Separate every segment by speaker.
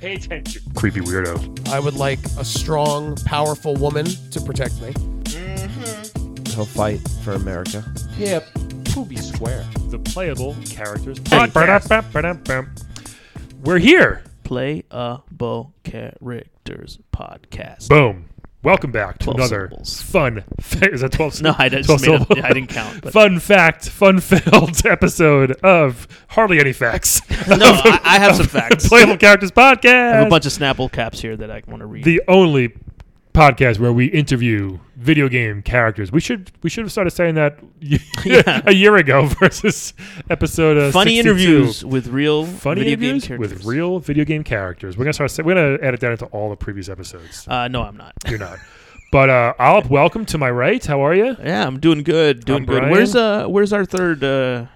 Speaker 1: Pay attention. Creepy weirdo.
Speaker 2: I would like a strong, powerful woman to protect me.
Speaker 3: He'll fight for America.
Speaker 2: Yeah, poopy square.
Speaker 1: The Playable Characters Podcast. We're here.
Speaker 4: Playable Characters Podcast.
Speaker 1: Boom. Welcome back to
Speaker 4: 12
Speaker 1: another
Speaker 4: syllables.
Speaker 1: fun. Fa- is that twelve?
Speaker 4: No, I just
Speaker 1: 12
Speaker 4: made it,
Speaker 1: syllable?
Speaker 4: I didn't count. But.
Speaker 1: Fun fact, fun filled episode of hardly any facts.
Speaker 4: No, I, I have some facts. I
Speaker 1: Playable Characters Podcast.
Speaker 4: have a bunch of Snapple caps here that I want to read.
Speaker 1: the only podcast where we interview video game characters. We should we should have started saying that y-
Speaker 4: Yeah.
Speaker 1: a year ago versus episode uh,
Speaker 4: Funny
Speaker 1: 62.
Speaker 4: interviews with real
Speaker 1: Funny
Speaker 4: video
Speaker 1: interviews
Speaker 4: game characters.
Speaker 1: with real video game characters. We're gonna start. Say, we're gonna edit that into all the previous episodes.
Speaker 4: Uh, no, I'm not.
Speaker 1: You're not. But uh, Alp, welcome to my right. How are you?
Speaker 4: Yeah, I'm doing good. Doing
Speaker 1: I'm
Speaker 4: good.
Speaker 1: Brian.
Speaker 4: Where's uh Where's our third uh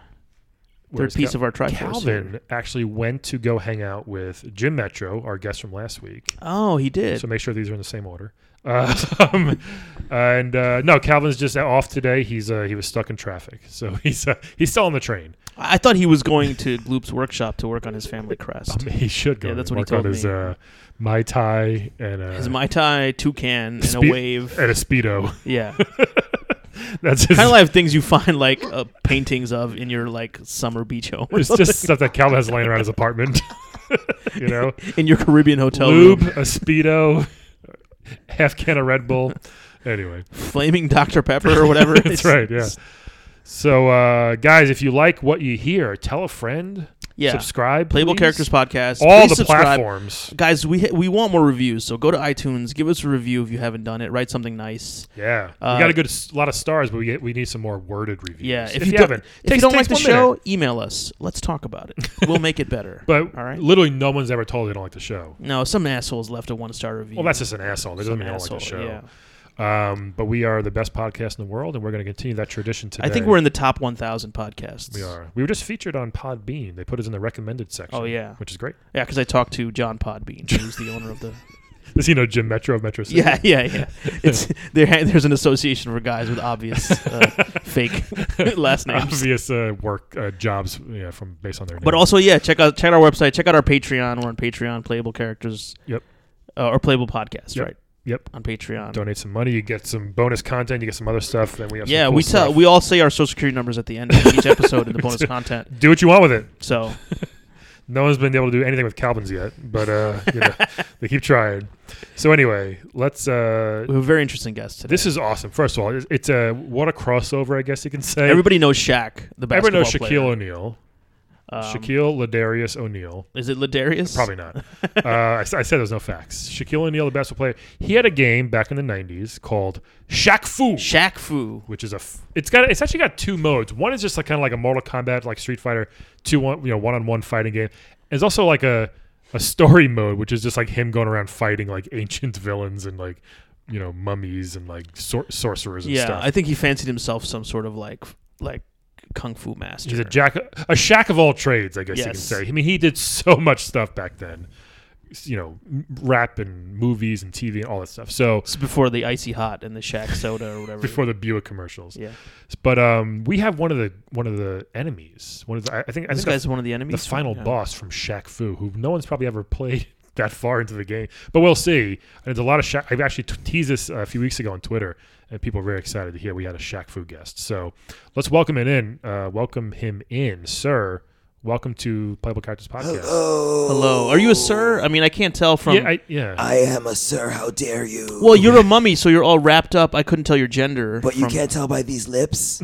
Speaker 4: third piece of our triforce? here?
Speaker 1: Calvin actually went to go hang out with Jim Metro, our guest from last week.
Speaker 4: Oh, he did.
Speaker 1: So make sure these are in the same order. Uh, um, and uh, no, Calvin's just off today. He's uh, he was stuck in traffic, so he's uh, he's still on the train.
Speaker 4: I I thought he was going to Gloop's workshop to work on his family crest.
Speaker 1: Um, he should go.
Speaker 4: Yeah, that's
Speaker 1: and
Speaker 4: what he
Speaker 1: work on
Speaker 4: told me.
Speaker 1: His uh, mai tai and uh,
Speaker 4: His Mai Tai toucan and a
Speaker 1: Spe-
Speaker 4: wave.
Speaker 1: and a speedo.
Speaker 4: Yeah.
Speaker 1: That's his.
Speaker 4: kind of like things you find like uh, paintings of in your like summer beach home or
Speaker 1: it's
Speaker 4: something.
Speaker 1: just stuff that Calvin has laying around his apartment. you know,
Speaker 4: in your Caribbean hotel
Speaker 1: lube,
Speaker 4: room.
Speaker 1: a speedo, half can of Red Bull. Anyway.
Speaker 4: flaming Dr Pepper or whatever.
Speaker 1: That's right. Yeah. So, uh, guys, if you like what you hear, tell a friend.
Speaker 4: Yeah.
Speaker 1: Subscribe.
Speaker 4: Playable
Speaker 1: please.
Speaker 4: Characters Podcast.
Speaker 1: All
Speaker 4: Please
Speaker 1: the
Speaker 4: subscribe.
Speaker 1: platforms.
Speaker 4: Guys, we ha- we want more reviews, so go to iTunes, give us a review if you haven't done it. Write something nice.
Speaker 1: Yeah.
Speaker 4: Uh,
Speaker 1: we got a good s- lot of stars, but we get, we need some more worded reviews.
Speaker 4: Yeah, if,
Speaker 1: you,
Speaker 4: you, don't,
Speaker 1: haven't,
Speaker 4: if
Speaker 1: takes-
Speaker 4: you don't like
Speaker 1: takes
Speaker 4: the
Speaker 1: one minute.
Speaker 4: show, email us. Let's talk about it. We'll make it better.
Speaker 1: But
Speaker 4: all right.
Speaker 1: literally, no one's ever told they don't like the show.
Speaker 4: No, some assholes left a one star review.
Speaker 1: Well, that's just an asshole. That doesn't
Speaker 4: Some
Speaker 1: mean they don't like the
Speaker 4: asshole,
Speaker 1: show.
Speaker 4: yeah.
Speaker 1: Um, but we are the best podcast in the world, and we're going to continue that tradition today.
Speaker 4: I think we're in the top 1,000 podcasts.
Speaker 1: We are. We were just featured on Podbean. They put us in the recommended section.
Speaker 4: Oh, yeah.
Speaker 1: which is great.
Speaker 4: Yeah, because I talked to John Podbean, who's the owner of the.
Speaker 1: Does he know Jim Metro of Metro City?
Speaker 4: Yeah, yeah, yeah. It's there. There's an association for guys with obvious uh, fake last names.
Speaker 1: obvious uh, work uh, jobs yeah, from based on their name.
Speaker 4: But also, yeah, check out check out our website. Check out our Patreon. We're on Patreon, playable characters.
Speaker 1: Yep.
Speaker 4: Uh, or playable podcast,
Speaker 1: Yep.
Speaker 4: right?
Speaker 1: yep,
Speaker 4: On Patreon.
Speaker 1: donate some money, you get some bonus content, you get some other stuff. Then we have some
Speaker 4: yeah,
Speaker 1: cool
Speaker 4: we
Speaker 1: stuff.
Speaker 4: tell we all say our social security numbers at the end of each episode in the bonus content.
Speaker 1: do what you want with it.
Speaker 4: So
Speaker 1: No one's been able to do anything with Calvin's yet, but uh, you know, they keep trying. So anyway, let's. Uh,
Speaker 4: we have a very interesting guest today.
Speaker 1: this is awesome. First of all, it's, it's a what a crossover, I guess you can say.
Speaker 4: everybody knows Shaq, the
Speaker 1: Everyone
Speaker 4: basketball
Speaker 1: knows Shaquille
Speaker 4: player.
Speaker 1: O'Neal,
Speaker 4: Um,
Speaker 1: Shaquille Ladarius O'Neal.
Speaker 4: Is it Ladarius?
Speaker 1: Probably not. uh, I, s- I said there's no facts. Shaquille O'Neal, the basketball player, he had a game back in the '90s called Shaq Fu.
Speaker 4: Shaq Fu.
Speaker 1: which is a f- it's got it's actually got two modes. One is just like kind of like a Mortal Kombat like Street Fighter two one you know one on one fighting game. It's also like a a story mode, which is just like him going around fighting like ancient villains and like you know mummies and like sor- sorcerers and
Speaker 4: Yeah,
Speaker 1: stuff.
Speaker 4: I think he fancied himself some sort of like like kung fu master.
Speaker 1: He's a jack a shack of all trades, I guess you can
Speaker 4: Yes.
Speaker 1: say. I mean, he did so much stuff back then. S- You know, m- rap and movies and TV and all that stuff. So
Speaker 4: It's before the icy hot and the Shaq soda or whatever.
Speaker 1: before the Buick commercials,
Speaker 4: yeah,
Speaker 1: but um, we have one of the one of the enemies. One of the I, I think I
Speaker 4: this
Speaker 1: think the
Speaker 4: guy's one of the enemies.
Speaker 1: the final
Speaker 4: Yeah.
Speaker 1: boss from Shaq Fu, who no one's probably ever played that far into the game, but we'll see. And it's a lot of Shaq. I've actually t- teased this uh, a few weeks ago on Twitter, and people were very excited to hear we had a Shaq Fu guest. So let's welcome it in. Uh, welcome him in, sir. Welcome to Playable Characters Podcast.
Speaker 4: Um, Hello, are you a sir? I mean, I can't tell from.
Speaker 1: Yeah, I, yeah.
Speaker 3: Oh, I am a sir. How dare you?
Speaker 4: well, you're a mummy, so you're all wrapped up. I couldn't tell your gender.
Speaker 3: but you
Speaker 4: from-
Speaker 3: can't tell by these lips.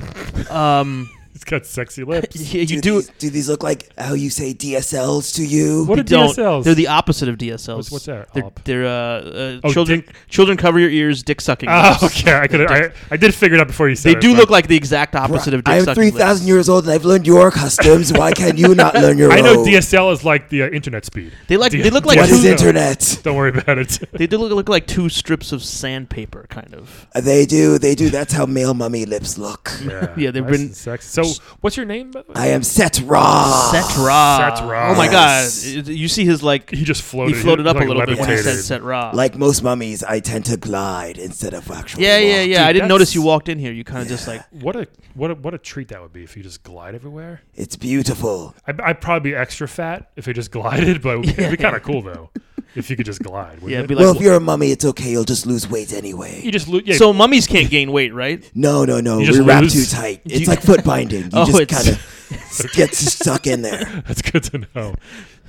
Speaker 4: Um,
Speaker 1: He's got sexy lips.
Speaker 4: yeah, you do.
Speaker 3: These, do these look like how you say DSLs to you?
Speaker 1: What
Speaker 4: you
Speaker 1: are
Speaker 4: don't.
Speaker 1: DSLs?
Speaker 4: They're the opposite of DSLs.
Speaker 1: What's- what's that?
Speaker 4: They're,
Speaker 1: Op.
Speaker 4: they're uh, uh
Speaker 1: Oh,
Speaker 4: children. Children cover your ears. Dick sucking.
Speaker 1: Oh,
Speaker 4: lips.
Speaker 1: okay. I could. I, I did figure it out before you said
Speaker 4: They
Speaker 1: it,
Speaker 4: do
Speaker 1: but
Speaker 4: look like the exact opposite of dick
Speaker 3: I am
Speaker 4: sucking. lips.
Speaker 3: 3,000 years old and I've learned your customs. Why can you not learn your
Speaker 1: I know
Speaker 3: own?
Speaker 1: DSL is like the uh, internet speed.
Speaker 4: They like. They look like
Speaker 3: What
Speaker 4: two.
Speaker 3: is internet?
Speaker 1: Don't worry about it.
Speaker 4: They do look, look like two strips of sandpaper, kind of.
Speaker 3: They do, they do. That's how male mummy lips look.
Speaker 1: Yeah,
Speaker 4: Yeah, they've
Speaker 1: nice
Speaker 4: been-
Speaker 1: and sexy. So So, what's your name? by the way?
Speaker 3: I am Set Ra.
Speaker 4: Setra.
Speaker 1: Set Ra.
Speaker 4: Oh my God!
Speaker 3: Yes.
Speaker 4: It- You see his like
Speaker 1: He
Speaker 4: he,
Speaker 1: just floated.
Speaker 4: floated up
Speaker 1: like
Speaker 4: a little bit when he said
Speaker 1: levitated.
Speaker 4: Set Ra.
Speaker 3: Like most mummies, I tend to glide instead of actually.
Speaker 4: yeah, yeah,
Speaker 3: walk.
Speaker 4: yeah.
Speaker 1: Dude,
Speaker 4: I didn't notice
Speaker 1: that's-
Speaker 4: you walked in here. You kind of just like
Speaker 1: What a what a what a treat that would be if you just glide everywhere.
Speaker 3: It's beautiful.
Speaker 1: I, I'd probably be extra fat if it just glided, but it'd be kind of cool though if you could just glide.
Speaker 4: yeah,
Speaker 1: Wouldn't
Speaker 4: be
Speaker 1: it?
Speaker 4: like.
Speaker 3: well, if you're a mummy, it's okay. You'll just lose weight anyway.
Speaker 1: you just lo- yeah.
Speaker 4: so mummies can't gain weight, right?
Speaker 3: No, no, no.
Speaker 1: You
Speaker 3: We
Speaker 1: just
Speaker 3: wrap too
Speaker 1: lose?
Speaker 3: tight.
Speaker 4: You-
Speaker 3: It's like foot binding. You
Speaker 4: Oh,
Speaker 3: just
Speaker 4: it's-
Speaker 3: kind of get stuck in there.
Speaker 1: that's good to know.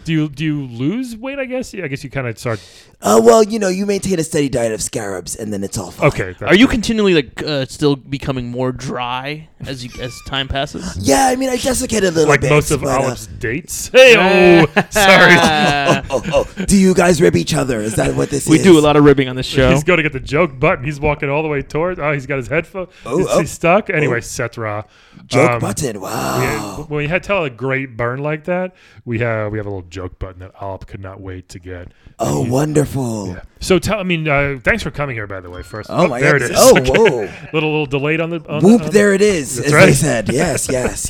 Speaker 1: Do you do you lose weight? I guess. Yeah, I guess you kind of start.
Speaker 3: Uh, well, you know, you maintain a steady diet of scarabs, and then it's all fine.
Speaker 1: Okay.
Speaker 4: Are you continually like uh, still becoming more dry as you as time passes?
Speaker 3: Yeah, I mean, I desiccate a little
Speaker 1: like
Speaker 3: bit.
Speaker 1: most of
Speaker 3: but, uh,
Speaker 1: Olive's dates? Hey, oh, sorry.
Speaker 3: oh, oh, oh. Do you guys rib each other? Is that what this
Speaker 4: we
Speaker 3: is?
Speaker 4: do a lot of ribbing on this show.
Speaker 1: He's going to get the joke button. He's walking all the way towards. Oh, he's got his headphone.
Speaker 3: Oh,
Speaker 1: he's,
Speaker 3: oh.
Speaker 1: he's stuck. Anyway, Setra.
Speaker 3: Joke
Speaker 1: Um,
Speaker 3: button. Wow.
Speaker 1: we had- when we had tell a great burn like that, we have we have a little joke button that Olive could not wait to get.
Speaker 3: Oh, wonderful.
Speaker 1: So tell, I mean, uh, thanks for coming here, by the way. First,
Speaker 3: Oh, my
Speaker 1: there
Speaker 3: God.
Speaker 1: it is.
Speaker 3: Oh,
Speaker 1: Okay.
Speaker 3: whoa.
Speaker 1: little little delayed on the on the-
Speaker 3: Whoop,
Speaker 1: on the-
Speaker 3: there it is,
Speaker 1: That's
Speaker 3: as
Speaker 1: right.
Speaker 3: they said. Yes, yes,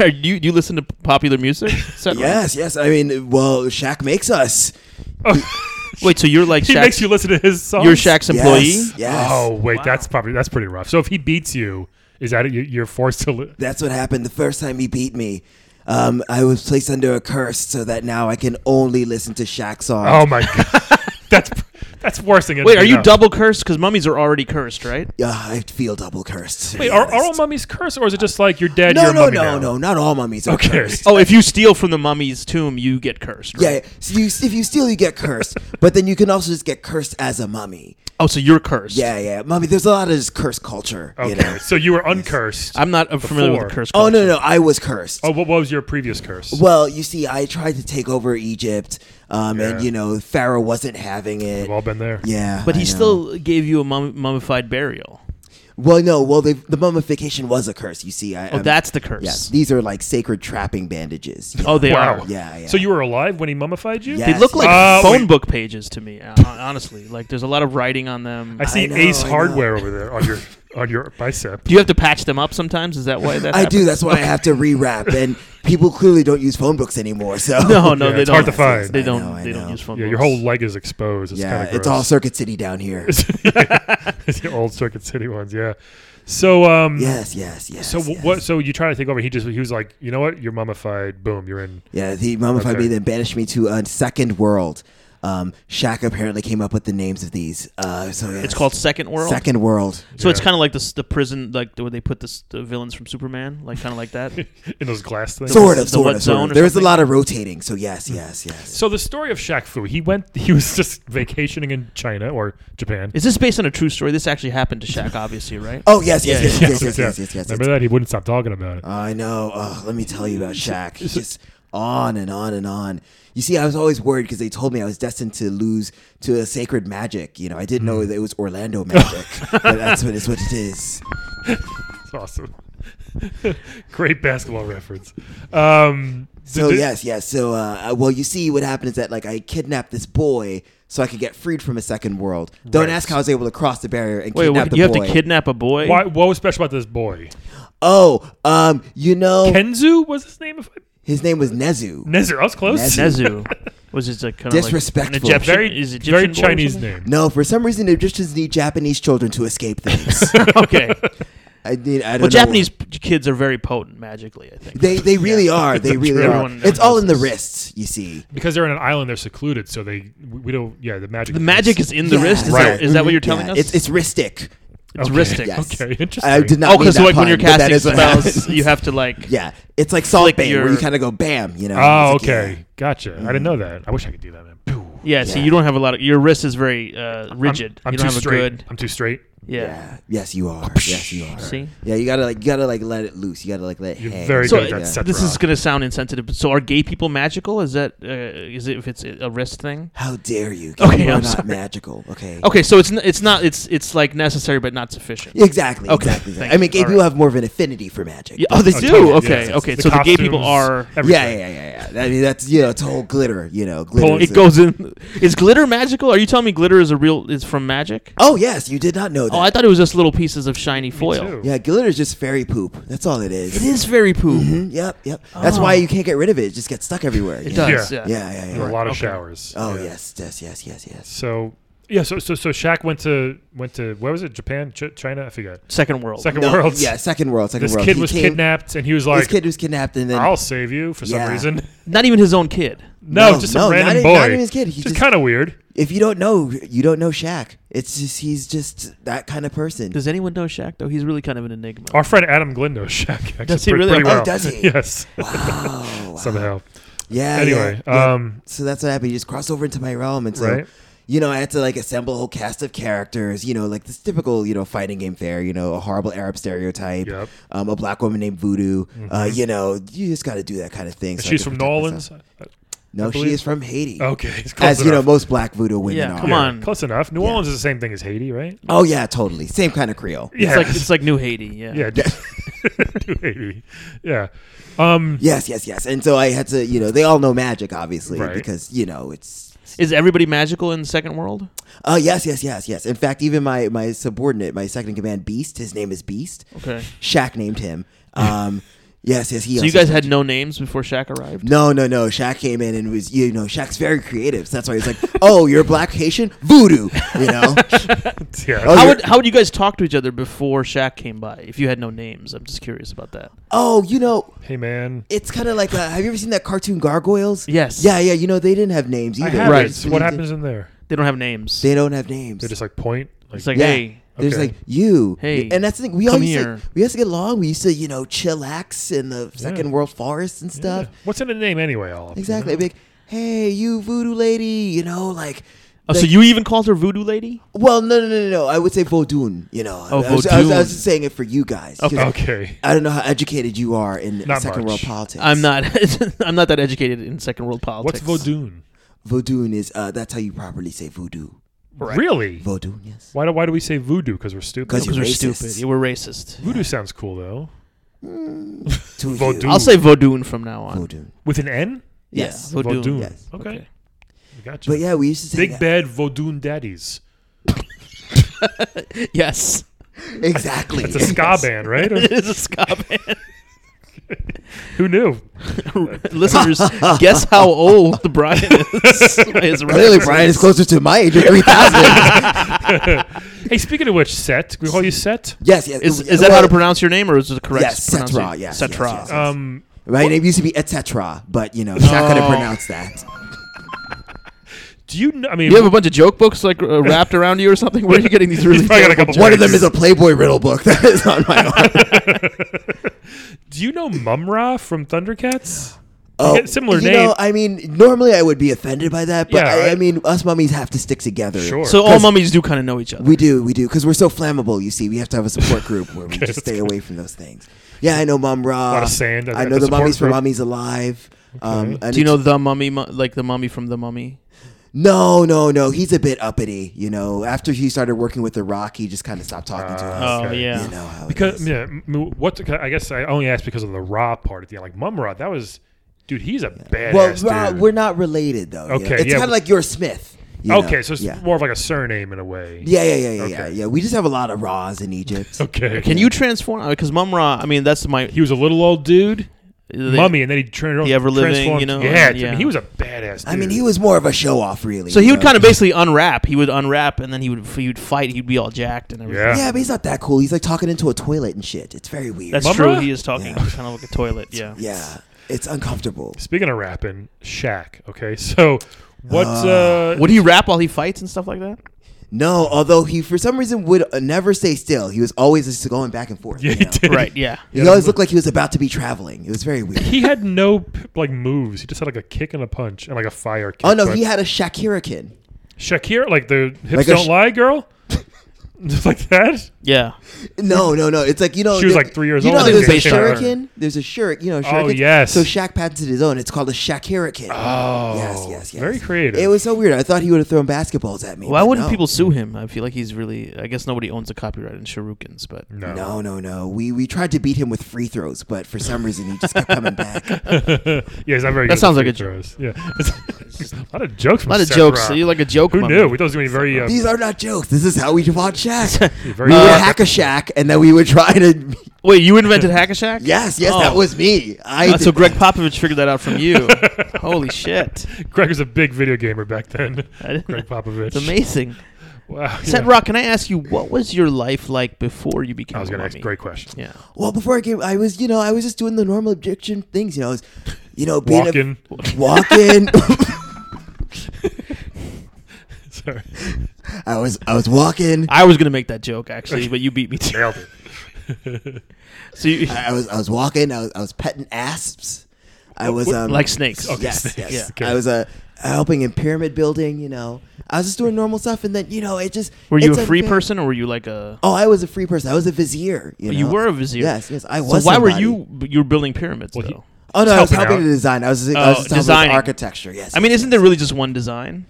Speaker 4: Are you you listen to popular music? Set Ra?
Speaker 3: yes, yes. I mean, well, Shaq makes us.
Speaker 4: Wait, so you're like
Speaker 1: He
Speaker 4: Shaq's,
Speaker 1: makes you listen to his song.
Speaker 4: you're Shaq's employee?
Speaker 3: Yes, yes.
Speaker 1: Oh wait, that's probably that's pretty rough. So if he beats you, is that it? You- You're forced to. Li-
Speaker 3: That's what happened the first time he beat me. Um, I was placed under a curse so that now I can only listen to Shaq songs.
Speaker 1: oh my god, that's that's worse than.
Speaker 4: Wait, are you
Speaker 1: no.
Speaker 4: double cursed? Because mummies are already cursed, right?
Speaker 3: Yeah, I feel double cursed. to
Speaker 1: Wait,
Speaker 3: be
Speaker 1: are, are all
Speaker 3: honest.
Speaker 1: mummies cursed, or is it just like you're dead?
Speaker 3: No,
Speaker 1: you're a
Speaker 3: no,
Speaker 1: mummy
Speaker 3: no,
Speaker 1: now?
Speaker 3: no. Not all mummies are
Speaker 1: Okay.
Speaker 3: cursed.
Speaker 4: Oh, if you steal from the mummy's tomb, you get cursed. Right?
Speaker 3: Yeah, so you, if you steal, you get cursed. but then you can also just get cursed as a mummy.
Speaker 4: Oh, so you're cursed.
Speaker 3: Yeah, yeah, mummy. There's a lot of just curse culture.
Speaker 1: Okay,
Speaker 3: You know?
Speaker 1: so you were uncursed.
Speaker 4: I'm not uh, familiar with the
Speaker 1: Before.
Speaker 4: curse.
Speaker 3: Oh
Speaker 4: culture.
Speaker 3: no, no, I was cursed.
Speaker 1: Oh, what was your previous curse?
Speaker 3: Well, you see, I tried to take over Egypt, um, and
Speaker 1: Yeah.
Speaker 3: you know, Pharaoh wasn't having it.
Speaker 1: We've all been there.
Speaker 3: yeah,
Speaker 4: But
Speaker 3: I
Speaker 4: he
Speaker 3: know.
Speaker 4: still gave you a mum- mummified burial. Oh,
Speaker 3: Well, no. Well, they, the mummification was a curse. You see, I.
Speaker 4: Oh,
Speaker 3: I'm-
Speaker 4: that's the curse.
Speaker 3: Yes, these are like sacred trapping bandages. you
Speaker 4: Oh,
Speaker 3: know.
Speaker 4: they
Speaker 1: Wow.
Speaker 4: are.
Speaker 3: Yeah, yeah.
Speaker 1: So you were alive when he mummified you?
Speaker 3: Yeah.
Speaker 4: They look like
Speaker 1: Uh,
Speaker 4: phone
Speaker 1: wait.
Speaker 4: book pages to me. uh, hon- Honestly, like there's a lot of writing on them.
Speaker 1: I see
Speaker 3: know,
Speaker 1: Ace
Speaker 3: I know.
Speaker 1: Hardware over there on your on your bicep.
Speaker 4: do you have to patch them up sometimes? Is that why that?
Speaker 3: I do.
Speaker 4: happens?
Speaker 3: That's why I have to rewrap, and people clearly don't use phone books anymore. So
Speaker 4: No, no,
Speaker 1: Yeah,
Speaker 4: they
Speaker 1: it's
Speaker 4: don't.
Speaker 1: hard to find.
Speaker 4: They
Speaker 3: I
Speaker 4: don't.
Speaker 3: know, I
Speaker 4: they don't
Speaker 3: know.
Speaker 4: use phone.
Speaker 1: Yeah, your
Speaker 4: books.
Speaker 1: whole leg is exposed. It's
Speaker 3: yeah,
Speaker 1: kind of
Speaker 3: it's all Circuit City down here.
Speaker 1: it's the old Circuit City ones. Yeah. So um.
Speaker 3: yes, yes, yes.
Speaker 1: So wh-
Speaker 3: yes.
Speaker 1: what? So you try to take over? He just he was like, you know what? You're mummified. Boom. You're in.
Speaker 3: Yeah, he mummified
Speaker 1: Okay.
Speaker 3: me, then banished me to a second world. Um, Shaq apparently came up with the names of these. Uh, so yeah,
Speaker 4: It's called Second World.
Speaker 3: Second World.
Speaker 4: So it's
Speaker 1: Yeah.
Speaker 4: kind of like the s- the prison, like where they put the, s- the villains from Superman, like kind of like that.
Speaker 1: in those glass things.
Speaker 3: Sort of,
Speaker 4: the
Speaker 3: sort
Speaker 4: what
Speaker 3: of,
Speaker 4: zone
Speaker 3: sort
Speaker 4: or
Speaker 3: of. There was a
Speaker 4: something?
Speaker 3: lot of rotating. So yes, yes, yes.
Speaker 1: So the story of Shaq Fu, he went, he was just vacationing in China or Japan.
Speaker 4: Is this based on a true story? This actually happened to Shaq, obviously, right?
Speaker 3: Oh yes, yes,
Speaker 4: Yeah,
Speaker 3: yes,
Speaker 1: Yeah,
Speaker 3: yes, yes, yes,
Speaker 1: yeah.
Speaker 3: yes, yes, yes.
Speaker 1: Remember that? He wouldn't stop talking about it.
Speaker 3: I know. Oh, let me tell you about Shaq. He's just on and on and on. You see, I was always worried because they told me I was destined to lose to a sacred magic. You know, I didn't
Speaker 4: Hmm.
Speaker 3: know that it was Orlando magic, but that's what it's what it is.
Speaker 1: It's awesome. Great basketball reference. Um,
Speaker 3: So
Speaker 1: did-
Speaker 3: yes, yes. So uh, well, you see, what happened is that like I kidnapped this boy so I could get freed from a second world. Don't
Speaker 1: Right.
Speaker 3: ask how I was able to cross the barrier and
Speaker 4: Wait,
Speaker 3: kidnap
Speaker 4: what,
Speaker 3: the
Speaker 4: you have
Speaker 3: boy.
Speaker 4: to kidnap a boy?
Speaker 1: Why, what was special about this boy?
Speaker 3: oh, um, you
Speaker 4: Oh.
Speaker 3: know,
Speaker 1: Kenzu was his name. If I,
Speaker 3: his name was Nezu.
Speaker 1: Nezu. I was close.
Speaker 3: Nezu.
Speaker 4: Nezu was it like kind of
Speaker 3: Disrespectful.
Speaker 4: Like an Egyptian,
Speaker 1: Very,
Speaker 4: is Egyptian
Speaker 1: very
Speaker 4: boy or
Speaker 1: Chinese
Speaker 4: something?
Speaker 1: name.
Speaker 3: no, for some reason, Egyptians need Japanese children to escape things.
Speaker 4: okay.
Speaker 3: I mean, I don't know.
Speaker 4: Well, Japanese p- kids are very potent magically. I think.
Speaker 3: They they really are. They really are.
Speaker 4: Everyone-
Speaker 3: it's
Speaker 4: everyone
Speaker 3: all in the
Speaker 4: knows this.
Speaker 3: wrists, you see.
Speaker 1: Because they're on an island, they're secluded, so they we we don't. Yeah, the magic.
Speaker 4: the magic is in the
Speaker 3: Yeah,
Speaker 4: wrist. Is,
Speaker 1: Right.
Speaker 4: that, is that what you're telling
Speaker 3: Mm-hmm. yeah,
Speaker 4: us?
Speaker 3: It's it's wristic.
Speaker 4: It's
Speaker 1: okay.
Speaker 4: wristic.
Speaker 3: Yes.
Speaker 1: Okay, interesting.
Speaker 3: I did not.
Speaker 4: Oh,
Speaker 3: because
Speaker 4: because like when you're
Speaker 3: that
Speaker 4: casting
Speaker 3: is what happens.
Speaker 4: spells, you have to like.
Speaker 3: Yeah, it's like salt
Speaker 4: Flick
Speaker 3: bang, where
Speaker 4: your-
Speaker 3: you kind of go bam. You know.
Speaker 1: Oh,
Speaker 3: It's like,
Speaker 1: okay. Gotcha. I didn't know that. I wish I could do that, man. Pew.
Speaker 4: Mm. Yeah, so
Speaker 3: Yeah.
Speaker 4: you don't have a lot of your wrist is very uh, rigid.
Speaker 1: I'm
Speaker 4: you don't
Speaker 1: too
Speaker 4: have
Speaker 1: straight.
Speaker 4: a good.
Speaker 1: I'm too straight.
Speaker 4: Yeah.
Speaker 3: Yeah. Yeah. Yes, you are. Yes, you are.
Speaker 4: See?
Speaker 3: Yeah, you gotta like you gotta like let it loose. You gotta like let it
Speaker 1: You're
Speaker 3: hang.
Speaker 1: very
Speaker 4: So
Speaker 1: good at
Speaker 4: uh,
Speaker 1: that.
Speaker 3: yeah.
Speaker 1: set
Speaker 4: this is
Speaker 1: rock.
Speaker 4: going to sound insensitive. but So are gay people magical? Is that uh, is it if it's a wrist thing?
Speaker 3: How dare you?
Speaker 4: Okay,
Speaker 3: you are
Speaker 4: I'm
Speaker 3: not
Speaker 4: sorry.
Speaker 3: magical. Okay.
Speaker 4: Okay, so it's n- it's not it's it's like necessary but not sufficient.
Speaker 3: Exactly.
Speaker 4: Okay,
Speaker 3: Exactly.
Speaker 4: thank
Speaker 3: I mean,
Speaker 4: you.
Speaker 3: gay
Speaker 4: All
Speaker 3: people
Speaker 4: right.
Speaker 3: have more of an affinity for magic.
Speaker 4: Yeah, oh, they
Speaker 1: Oh,
Speaker 4: do.
Speaker 1: totally,
Speaker 4: okay,
Speaker 1: yes.
Speaker 4: okay. so the gay people
Speaker 1: costumes,
Speaker 4: are.
Speaker 1: everything.
Speaker 3: Yeah, yeah, yeah, yeah. I mean, that's you know, it's all glitter. You know, glitter.
Speaker 1: Pulling-
Speaker 3: is
Speaker 4: It
Speaker 3: a-
Speaker 4: goes in. Is glitter magical? Are you telling me glitter is a real? Is from magic?
Speaker 3: Oh yes, you did not know
Speaker 4: Oh,
Speaker 3: that.
Speaker 4: I thought it was just little pieces of shiny foil.
Speaker 1: too.
Speaker 3: yeah, glitter is just fairy poop. That's all it is.
Speaker 4: It is fairy poop.
Speaker 3: Mhm, Yep, yep. That's why you can't get rid of it. It just gets stuck everywhere.
Speaker 4: It
Speaker 3: yeah.
Speaker 4: does.
Speaker 1: Yeah.
Speaker 4: Yeah.
Speaker 3: Yeah, yeah, yeah.
Speaker 1: There were a lot of
Speaker 4: Okay.
Speaker 1: showers.
Speaker 3: Oh
Speaker 1: Yeah.
Speaker 3: yes, yes, yes, yes, yes.
Speaker 1: So yeah, so so so Shaq went to went to where was it? Japan, Ch- China? I forgot.
Speaker 4: Second world.
Speaker 1: Second
Speaker 3: No,
Speaker 1: world.
Speaker 3: Yeah, second world. Second
Speaker 1: This
Speaker 3: world.
Speaker 1: kid
Speaker 3: He
Speaker 1: was
Speaker 3: came-
Speaker 1: kidnapped, and he was
Speaker 3: This
Speaker 1: like,
Speaker 3: kid was kidnapped, and then
Speaker 1: "I'll save you" for some
Speaker 3: Yeah.
Speaker 1: reason.
Speaker 4: Not even his own kid.
Speaker 1: No,
Speaker 3: No,
Speaker 1: just some
Speaker 3: no, not
Speaker 1: random
Speaker 3: e-
Speaker 1: boy.
Speaker 3: not even his kid. He
Speaker 1: just
Speaker 3: just-
Speaker 1: kind of weird.
Speaker 3: if you don't know, you don't know Shaq. It's just he's just that kind of person.
Speaker 4: Does anyone know Shaq though? He's really kind of an enigma.
Speaker 1: Our friend Adam Glenn knows Shaq.
Speaker 4: Does
Speaker 1: actually
Speaker 4: he really?
Speaker 1: pretty
Speaker 4: Oh,
Speaker 1: well.
Speaker 3: does he?
Speaker 1: Yes.
Speaker 3: Oh, wow, wow.
Speaker 1: Somehow.
Speaker 3: Yeah.
Speaker 1: Anyway,
Speaker 3: yeah, yeah.
Speaker 1: um,
Speaker 3: so that's what happened. You just cross over into my realm, and so
Speaker 1: Right.
Speaker 3: you know I had to like assemble a whole cast of characters. You know, like this typical you know fighting game fare. You know, a horrible Arab stereotype.
Speaker 1: Yep. Mm-hmm.
Speaker 3: Um, a black woman named Voodoo. Uh, you know, you just got to do that kind of thing.
Speaker 1: And
Speaker 3: so I
Speaker 1: she's
Speaker 3: could
Speaker 1: from New
Speaker 3: protect
Speaker 1: Orleans.
Speaker 3: myself. No, she
Speaker 1: believe-
Speaker 3: is from Haiti.
Speaker 1: Okay, it's close
Speaker 3: As you know,
Speaker 1: enough.
Speaker 3: most black voodoo women
Speaker 4: Yeah,
Speaker 3: are.
Speaker 4: come on.
Speaker 1: close enough. New
Speaker 3: Yeah.
Speaker 1: Orleans is the same thing as Haiti, right?
Speaker 3: Oh yeah, totally. Same kind of Creole.
Speaker 4: It's like it's like New Haiti. Yeah.
Speaker 1: yeah, just- New Haiti. Yeah. Um,
Speaker 3: Yes, yes, yes. And so I had to, you know, they all know magic, obviously,
Speaker 1: Right.
Speaker 3: because you know it's.
Speaker 4: Is everybody magical in Second World?
Speaker 3: Oh yes, yes, yes, yes. In fact, even my my subordinate, my second in command, Beast. His name is Beast.
Speaker 4: Okay.
Speaker 3: Shaq named him. Um, yes, yes. He.
Speaker 4: So
Speaker 3: also
Speaker 4: you guys
Speaker 3: named
Speaker 4: had
Speaker 3: him.
Speaker 4: no names before Shaq arrived.
Speaker 3: No, no, no. Shaq came in and was, you know, Shaq's very creative. So that's why he's like, "Oh, you're a black Haitian voodoo," you know.
Speaker 1: yeah.
Speaker 3: Oh,
Speaker 4: how
Speaker 3: you're-
Speaker 4: would how would you guys talk to each other before Shaq came by? If you had no names, I'm just curious about that.
Speaker 3: oh, you know,
Speaker 1: Hey, man.
Speaker 3: it's kind of like, uh, have you ever seen that cartoon Gargoyles?
Speaker 4: Yes.
Speaker 3: Yeah, yeah. You know, they didn't have names
Speaker 1: I
Speaker 3: either.
Speaker 1: have
Speaker 4: Right.
Speaker 1: it. What happens in there?
Speaker 4: They don't have names.
Speaker 3: They don't have names.
Speaker 1: They just like point. Like,
Speaker 4: it's like
Speaker 3: Yeah.
Speaker 4: hey,
Speaker 3: There's
Speaker 1: Okay.
Speaker 3: like you,
Speaker 4: Hey,
Speaker 3: and that's the thing. We all
Speaker 4: come
Speaker 3: used to,
Speaker 4: here.
Speaker 3: we used to get along. We used to, you know, chillax in the second world forest and
Speaker 1: yeah.
Speaker 3: stuff.
Speaker 1: What's in the name anyway? All of it,
Speaker 3: Exactly.
Speaker 1: you
Speaker 3: I'd
Speaker 1: know?
Speaker 3: be like, hey, you voodoo lady, you know, like.
Speaker 4: oh, so
Speaker 3: like-
Speaker 4: you even called her Voodoo Lady?
Speaker 3: Well, no, no, no, no. I would say Vodun. You know,
Speaker 4: Oh,
Speaker 3: I, was, I, was, I
Speaker 4: Vodun.
Speaker 3: was just saying it for you guys. 'cause
Speaker 1: Okay.
Speaker 3: I don't know how educated you are in
Speaker 1: Not
Speaker 3: second world
Speaker 1: much.
Speaker 3: politics.
Speaker 4: I'm not. I'm not that educated in Second World
Speaker 1: What's
Speaker 4: politics.
Speaker 1: Vodun?
Speaker 3: Vodun is uh, that's how you properly say voodoo.
Speaker 1: Really?
Speaker 3: Vodun, yes.
Speaker 1: Why do Why do we say voodoo? Because we're stupid.
Speaker 3: 'Cause
Speaker 4: Because
Speaker 3: You're
Speaker 4: we're
Speaker 3: racist.
Speaker 4: stupid. Yeah, we're racist.
Speaker 1: Voodoo sounds cool though.
Speaker 3: To you.
Speaker 1: Vodun.
Speaker 4: I'll say Vodoon from now on.
Speaker 3: Vodun.
Speaker 1: With an N.
Speaker 4: Yeah,
Speaker 3: Yes.
Speaker 4: Vodoon.
Speaker 1: Vodoon.
Speaker 3: Yes.
Speaker 1: Okay.
Speaker 4: Okay.
Speaker 1: Gotcha.
Speaker 3: But yeah, we used to say
Speaker 1: Big
Speaker 3: that.
Speaker 1: bad Vodun daddies.
Speaker 4: Yes.
Speaker 3: Exactly.
Speaker 1: It's a ska band, right? Or-
Speaker 4: it is a ska band.
Speaker 1: who knew?
Speaker 4: Listeners, guess how old Brian is. His
Speaker 3: Clearly,
Speaker 4: references.
Speaker 3: Brian is closer to my age of 3,000.
Speaker 1: Hey, speaking of which, Set. Can we call you Set?
Speaker 3: yes, yes.
Speaker 4: Is, is that how to
Speaker 3: Well,
Speaker 4: pronounce your name, or is it the correct
Speaker 3: Yes, Setra,
Speaker 4: pronunciation?
Speaker 3: yes, yes,
Speaker 4: Setra.
Speaker 3: yes, yes.
Speaker 1: Um,
Speaker 3: My name used to be etc., but you know, he's not going to
Speaker 4: Oh.
Speaker 3: pronounce that.
Speaker 1: do you? Know, I mean,
Speaker 4: You have a bunch of joke books like uh, wrapped around you or something. Where are you getting these really?
Speaker 1: probably got a
Speaker 4: terrible
Speaker 1: couple
Speaker 3: One of
Speaker 1: Right.
Speaker 3: them is a Playboy riddle book that is on my arm.
Speaker 1: do you know Mumra from Thundercats?
Speaker 3: Oh,
Speaker 1: get similar
Speaker 3: you
Speaker 1: name.
Speaker 3: Know, I mean, normally I would be offended by that, but
Speaker 1: Yeah,
Speaker 3: I, I
Speaker 1: right.
Speaker 3: mean, us mummies have to stick together.
Speaker 1: Sure.
Speaker 4: jokes? So all
Speaker 3: 'Cause-
Speaker 4: mummies do kind of know each other.
Speaker 3: We do, we do, because we're so flammable. You see, we have to have a support group where we just stay away from those things. Yeah, I know Mum Ra.
Speaker 1: lot of sand at-
Speaker 3: I
Speaker 1: at
Speaker 3: know
Speaker 1: the
Speaker 3: the,
Speaker 1: support
Speaker 3: mummies from
Speaker 1: group.
Speaker 3: Mummies Alive. Um, and
Speaker 4: do you
Speaker 3: it's-
Speaker 4: know the mummy, mu- like the mummy from the mummy?
Speaker 3: No, no, no. He's a bit uppity. You know, after he started working with The Rock, he just kind of stopped talking to us.
Speaker 4: Oh
Speaker 1: Okay.
Speaker 4: yeah.
Speaker 3: You know how it
Speaker 1: Because
Speaker 3: is.
Speaker 1: yeah, m- m- what? I guess I only asked because of the raw part at the end. Like Mumra, that was, dude. He's a badass
Speaker 3: Well, Ra-
Speaker 1: dude.
Speaker 3: we're not related though. you know?
Speaker 1: Okay,
Speaker 3: it's
Speaker 1: yeah.
Speaker 3: kind of like you're Smith. you know?
Speaker 1: okay, so it's
Speaker 3: yeah.
Speaker 1: more of like a surname in a way.
Speaker 3: yeah, yeah, yeah, yeah, yeah,
Speaker 1: Okay.
Speaker 3: yeah. We just have a lot of Ra's in Egypt.
Speaker 1: Okay.
Speaker 4: Can you transform? Because Mumra, I mean, that's my
Speaker 1: He was a little old dude,
Speaker 4: they-
Speaker 1: mummy, and then he turned around.
Speaker 4: the ever-living,
Speaker 1: transformed-
Speaker 4: you know,
Speaker 1: Yeah,
Speaker 4: and-
Speaker 1: I mean,
Speaker 4: yeah.
Speaker 1: he was a badass. Dude.
Speaker 3: I mean, he was more of a show off, really.
Speaker 4: So he
Speaker 3: you
Speaker 4: would
Speaker 3: know?
Speaker 4: kind of basically unwrap. He would unwrap, and then he would he would fight. He'd be all jacked and everything.
Speaker 1: Yeah.
Speaker 3: Yeah, but he's not that cool. He's like talking into a toilet and shit. It's very weird.
Speaker 4: That's
Speaker 1: Mumra?
Speaker 4: true. He is talking
Speaker 3: Yeah.
Speaker 4: kind of like a toilet. Yeah.
Speaker 3: yeah, it's uncomfortable.
Speaker 1: Speaking of rapping, Shaq. Okay, so what? Uh,
Speaker 4: Would he rap while he fights and stuff like that?
Speaker 3: No, although he for some reason would uh, never stay still. He was always just going back and forth.
Speaker 1: Yeah,
Speaker 3: you
Speaker 1: he
Speaker 3: know?
Speaker 1: did.
Speaker 4: Right. Yeah.
Speaker 3: He always looked like he was about to be traveling. It was very weird.
Speaker 1: He had no p- like moves. He just had like a kick and a punch and like a fire kick.
Speaker 3: Oh no,
Speaker 1: but-
Speaker 3: he had a Shakirakin.
Speaker 1: Shakira, like the hips
Speaker 3: Like a
Speaker 1: don't
Speaker 3: sh-
Speaker 1: lie, girl. Just like that.
Speaker 4: Yeah.
Speaker 3: No, no, no. It's like you know
Speaker 1: She was,
Speaker 3: there-
Speaker 1: like, three years
Speaker 3: you
Speaker 1: old
Speaker 3: Know,
Speaker 1: when
Speaker 3: there's a
Speaker 1: they did her.
Speaker 3: shuriken. There's a shuriken. You know, shuriken.
Speaker 1: yes.
Speaker 3: So Shaq patented his own. It's called a Shakirakin. Oh, yes, yes, yes.
Speaker 1: very creative.
Speaker 3: It was so weird. I thought he would have thrown basketballs at me.
Speaker 4: Why
Speaker 3: but
Speaker 4: wouldn't
Speaker 3: no.
Speaker 4: people sue him? I feel like he's really. I guess nobody owns a copyright in Shurikens, but
Speaker 1: No.
Speaker 3: No, no, no. We we tried to beat him with free throws, but for some reason he just kept coming back.
Speaker 1: yeah, he's not very. good
Speaker 4: That
Speaker 1: at
Speaker 4: sounds
Speaker 1: free
Speaker 4: like a
Speaker 1: throws. Yeah, a lot of jokes.
Speaker 4: a
Speaker 1: From
Speaker 4: lot of
Speaker 1: Seth
Speaker 4: jokes.
Speaker 1: Rock.
Speaker 4: So you're like a joke.
Speaker 1: Who
Speaker 4: mummy.
Speaker 1: knew? He doesn't do any very. Uh,
Speaker 3: These are not jokes. This is how we watch Shack. we
Speaker 1: Very
Speaker 3: would
Speaker 4: Uh,
Speaker 1: good.
Speaker 3: hack a shack, and then we would try to.
Speaker 4: Wait, you invented Hack a Shack?
Speaker 3: Yes, yes, that
Speaker 4: Oh.
Speaker 3: was me. I
Speaker 4: Uh, so
Speaker 3: did
Speaker 4: Greg
Speaker 3: that.
Speaker 4: Popovich figured that out from you. Holy shit!
Speaker 1: Greg was a big video gamer back then.
Speaker 4: I didn't-
Speaker 1: Greg Popovich.
Speaker 4: It's amazing.
Speaker 1: Wow.
Speaker 4: Set
Speaker 1: yeah.
Speaker 4: Rock, can I ask you what was your life like before you became?
Speaker 1: I was
Speaker 4: a
Speaker 1: going to ask.
Speaker 4: mummy?
Speaker 1: Great question.
Speaker 4: Yeah.
Speaker 3: Well, before I came, I was you know I was just doing the normal addiction things. You know, I was, you know, being
Speaker 1: Walking.
Speaker 3: a, walking.
Speaker 1: Sorry.
Speaker 3: I was I was walking.
Speaker 4: I was gonna make that joke actually, but you beat me to.
Speaker 1: Nailed it.
Speaker 4: So you,
Speaker 3: I I was I was walking. I was I was petting asps. I was
Speaker 4: What-
Speaker 3: um,
Speaker 4: like snakes. Okay,
Speaker 3: yes,
Speaker 4: snakes,
Speaker 3: yes.
Speaker 1: yeah.
Speaker 3: I was uh, helping in pyramid building. You know, I was just doing normal stuff, and then you know it just.
Speaker 4: were you
Speaker 3: it's
Speaker 4: a free
Speaker 3: unfair.
Speaker 4: person or were you like a?
Speaker 3: Oh, I was a free person. I was a vizier. You,
Speaker 4: But you
Speaker 3: know?
Speaker 4: were a vizier.
Speaker 3: Yes, yes. I
Speaker 4: so
Speaker 3: was.
Speaker 4: why were
Speaker 3: somebody.
Speaker 4: you? You were building pyramids
Speaker 1: Well, he-
Speaker 4: though.
Speaker 3: Oh no, I was
Speaker 1: Helping
Speaker 3: helping
Speaker 1: out.
Speaker 3: to design. I was just, I
Speaker 4: Oh,
Speaker 3: was just helping with
Speaker 4: designing.
Speaker 3: architecture. Yes.
Speaker 4: I mean, isn't there really just one design?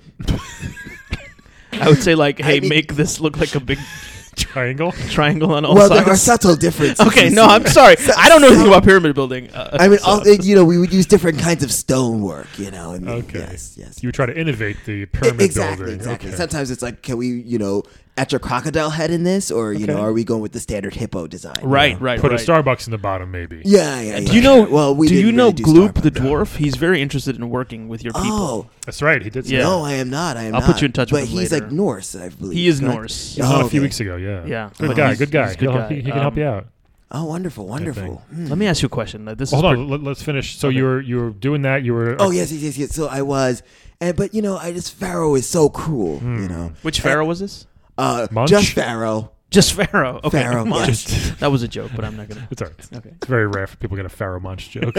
Speaker 4: I would say like, hey,
Speaker 3: mean-
Speaker 4: make this look like a big
Speaker 1: Triangle.
Speaker 4: triangle on all
Speaker 3: well,
Speaker 4: sides.
Speaker 3: there are subtle differences.
Speaker 4: okay,
Speaker 3: you
Speaker 4: no,
Speaker 3: see.
Speaker 4: I'm sorry. I don't know anything about pyramid building. Uh,
Speaker 3: I mean,
Speaker 4: so-
Speaker 3: all, it- you know, we would use different kinds of stonework. You know, I mean,
Speaker 1: Okay.
Speaker 3: yes, yes. E,
Speaker 1: You would try to innovate the pyramid
Speaker 3: exactly,
Speaker 1: building.
Speaker 3: exactly.
Speaker 1: Okay.
Speaker 3: Sometimes it's like, can we, you know, etch a crocodile head in this, or you know,
Speaker 1: Okay.
Speaker 3: are we going with the standard hippo design?
Speaker 4: right, right,
Speaker 1: Put
Speaker 4: right.
Speaker 1: a Starbucks in the bottom, maybe.
Speaker 3: Yeah, yeah. yeah
Speaker 4: Do you know?
Speaker 3: Well, we
Speaker 4: do
Speaker 3: didn't
Speaker 4: you know
Speaker 3: really do
Speaker 4: Gloop the
Speaker 3: Starbucks.
Speaker 4: dwarf? He's very interested in working with your people.
Speaker 3: Oh
Speaker 1: That's right. He did. Say
Speaker 4: Yeah.
Speaker 1: that.
Speaker 3: no, I am not. I am.
Speaker 4: I'll put
Speaker 3: not.
Speaker 4: you in touch
Speaker 3: but
Speaker 4: with him
Speaker 3: he's
Speaker 4: later.
Speaker 3: like Norse, I believe.
Speaker 4: he is
Speaker 3: correct? Oh,
Speaker 4: Norse.
Speaker 1: He was on a few
Speaker 3: okay.
Speaker 1: weeks ago. Yeah.
Speaker 4: Yeah.
Speaker 1: Good
Speaker 4: Oh,
Speaker 1: guy.
Speaker 4: he's-
Speaker 1: Good guy.
Speaker 4: he's a good
Speaker 1: He'll-
Speaker 4: guy.
Speaker 1: He, he can
Speaker 4: Um,
Speaker 1: help you out.
Speaker 3: Oh, wonderful, wonderful. Mm.
Speaker 4: Let me ask you a question. Uh, This
Speaker 1: Hold
Speaker 4: is
Speaker 1: on.
Speaker 4: pretty-
Speaker 1: let- Let's finish. So you were you were doing that. You were.
Speaker 3: Oh yes, yes, yes, yes. So I was, and but you know, I just Pharaoh is so cruel.
Speaker 4: Hmm.
Speaker 3: You know,
Speaker 4: which pharaoh was this?
Speaker 3: uh,
Speaker 1: Munch?
Speaker 3: just Pharaoh.
Speaker 4: Just pharaoh. Okay,
Speaker 3: Pharaoh,
Speaker 4: Munch.
Speaker 3: yes.
Speaker 4: that was a joke, but I'm not gonna.
Speaker 1: It's all right.
Speaker 4: Okay.
Speaker 1: It's very rare for people to get a Pharaoh Munch joke.